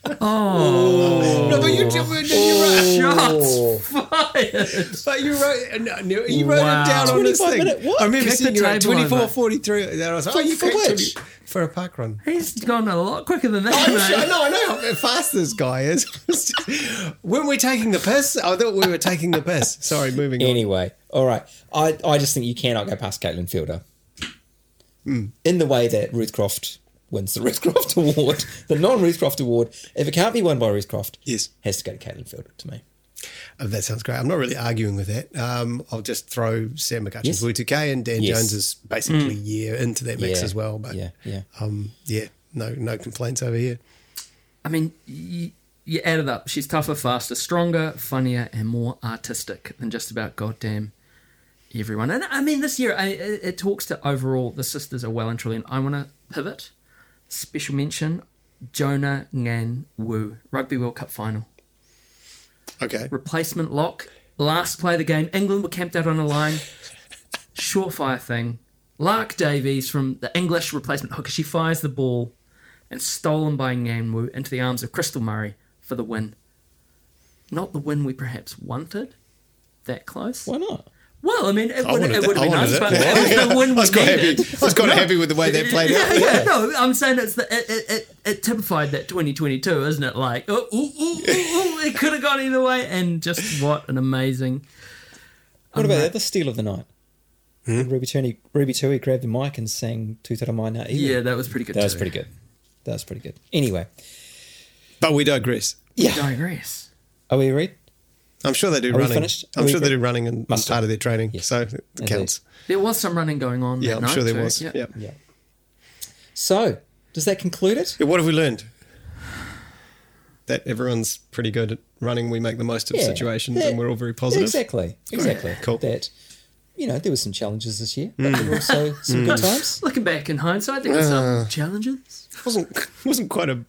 B: Oh.
C: no, but you did. You
B: Shots fired.
D: But you wrote, no, no, you wrote
B: Wow.
D: it down on this
C: 25
D: thing.
C: minute what?
D: I remember
B: Kick
D: seeing
B: the
D: you wrote
B: table
D: 24,
B: over.
D: 43. And I was like,
C: For-
D: oh, you
C: for
D: cracked
C: which?
D: 20 for a park run.
B: He's gone a lot quicker than that,
D: I'm
B: mate.
D: sure- no, I know how fast this guy is. It's just- Weren't we taking the piss? I thought we were taking the piss. Sorry, moving on.
C: Anyway, all right. I, I just think you cannot go past Caitlin Fielder. In the way that Ruth Croft wins the Ruth Croft Award, the non Ruth Croft Award. If it can't be won by Ruth Croft,
D: Yes.
C: has to go to Caitlin Field to me.
D: Oh, that sounds great. I'm not really arguing with that. Um, I'll just throw Sam McCutcheon's
C: Yes.
D: Wu 2K and Dan
C: Yes.
D: Jones's basically
B: Mm.
D: year into that mix
C: Yeah.
D: as well. But
C: yeah, yeah,
D: um, yeah, no, no complaints over here.
B: I mean, you, you add it up. She's tougher, faster, stronger, funnier, and more artistic than just about goddamn everyone. And I mean, this year, I, it, it talks to overall the sisters are well and truly. And I want to pivot. Special mention Jonah Ngan Wu, Rugby World Cup final.
D: Okay.
B: Replacement lock, last play of the game. England were camped out on a line. Surefire thing. Lark Davies from the English replacement hooker. She fires the ball and stolen by Nganwu into the arms of Crystal Murray for the win. Not the win we perhaps wanted. That close.
C: Why not?
B: Well, I mean, it
D: I
B: would,
D: wanted
B: it
D: that-
B: would
D: I
B: have been
D: wanted
B: nice,
D: it.
B: but it was the win
D: I
B: we
D: was quite happy.
B: needed.
D: I was quite happy with the way that played out.
B: Yeah, yeah, no, I'm saying it's the it, it, it, it typified that 2022, isn't it? Like, oh, ooh, ooh, ooh, ooh, ooh, it could have gone either way, and just what an amazing.
C: What about the other steal of the night? Ruby Tui, Ruby Tui grabbed the mic and sang Tutara Mai Na Iwi.
B: Yeah, that was pretty good.
C: that was
B: too.
C: pretty good. That was pretty good. Anyway,
D: But we digress.
C: yeah,
B: Digress.
C: are we read?
D: I'm sure they do
C: Are we
D: running.
C: finished? Are
D: I'm
C: we
D: sure they
C: good?
D: do running and
C: Must
D: part of their training.
C: Yes.
D: So it
C: Indeed.
D: counts.
B: There was some running going on.
D: Yeah,
B: that
D: I'm
B: night
D: sure there
B: too.
D: was.
B: Yeah.
D: Yeah.
C: Yeah. So does that conclude it?
D: Yeah, What have we learned? That everyone's pretty good at running. We make the most of
C: Yeah.
D: situations
C: Yeah.
D: and we're all very positive.
C: Exactly, exactly.
D: Cool. Mm.
C: That you know there were some challenges this year, but there were also some good times.
B: Looking back in hindsight, there were
D: Uh,
B: some challenges.
D: wasn't wasn't quite a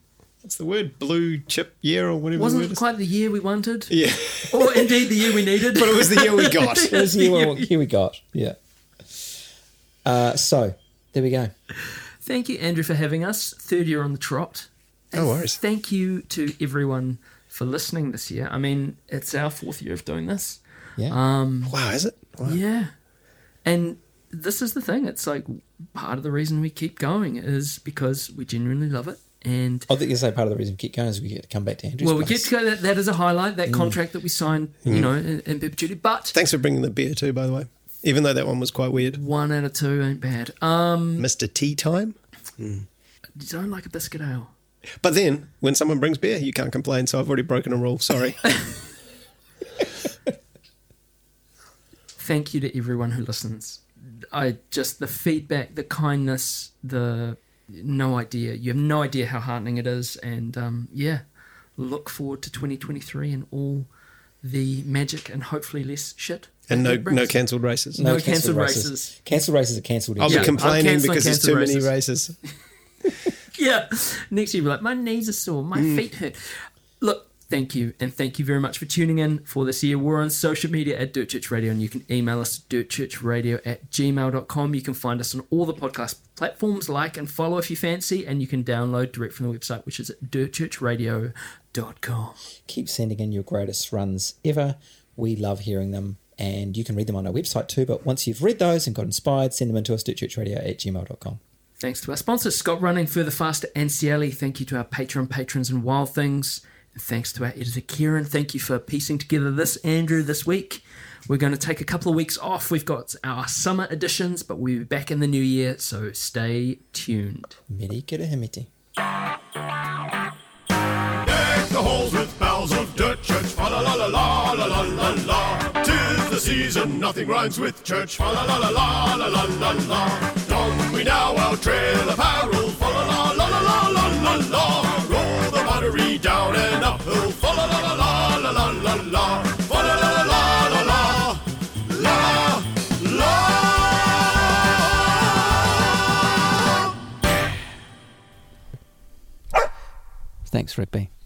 D: what's the word blue chip year or whatever. the word
B: Wasn't
D: is.
B: quite the year we wanted,
D: yeah,
B: or indeed the year we needed.
D: but it was the year we got.
C: Here's the year, here we got. Yeah. Uh, so there we go.
B: Thank you, Andrew, for having us. Third year on the trot.
D: No worries.
B: Thank you to everyone for listening this year. I mean, it's our fourth year of doing this.
C: Yeah.
B: Um,
D: Wow, is it? Wow.
B: Yeah. And this is the thing. It's like part of the reason we keep going is because we genuinely love it. And
C: I think you say part of the reason we keep going is we get to come back to Andrew's.
B: well, we get
C: place.
B: to go. That, that is a highlight. That contract that we signed, you know, in, in perpetuity. But
D: Thanks for bringing the beer too, by the way. Even though that one was quite weird,
B: one out of two ain't bad. Um,
D: Mister Tea Time.
B: you don't like a biscuit ale.
D: But then, when someone brings beer, you can't complain. So I've already broken a rule. Sorry.
B: thank you to everyone who listens. I just the feedback, the kindness, the no idea. You have no idea how heartening it is, and um, yeah, look forward to 2023 and all the magic and hopefully less shit.
D: and no,
B: that brings.
D: no cancelled races.
B: No
C: cancelled
B: cancelled races.
C: Cancelled races are cancelled.
D: I'll
C: each
B: Yeah,
D: be
C: year.
B: I'm
D: complaining
B: cancelling
D: because there's too
B: cancelled
D: many races.
B: yeah. Next year, you'll be like, my knees are sore, my feet hurt. Look, thank you. And thank you very much for tuning in for this year. We're on social media at Dirt Church Radio, and you can email us at dirtchurchradio at gmail.com. You can find us on all the podcast platforms, like and follow if you fancy, and you can download direct from the website, which is at dirtchurchradio.com.
C: Keep sending in your greatest runs ever. We love hearing them. And you can read them on our website too. But once you've read those and got inspired, send them into us, dirtchurchradio at gmail.com.
B: Thanks to our sponsors, Scott Running, Further Faster, and Cieli. E. Thank you to our Patreon patrons and Wild Things. And thanks to our editor, Kieran. Thank you for piecing together this, Andrew, this week. We're going to take a couple of weeks off. We've got our summer editions, but we'll be back in the new year, so stay tuned.
C: Meri kirahimiti.
A: Deck the halls with boughs of dirt, church, fa la la la la la la la la. Tis the season, nothing rhymes with church, fa la la la la la la la la. Don we now our trail apparel, fa la la la la la la la la. Roll the buttery down and uphill, fa la la la la la la la la. Fa la la la la la la la la.
C: Thanks, Rigby.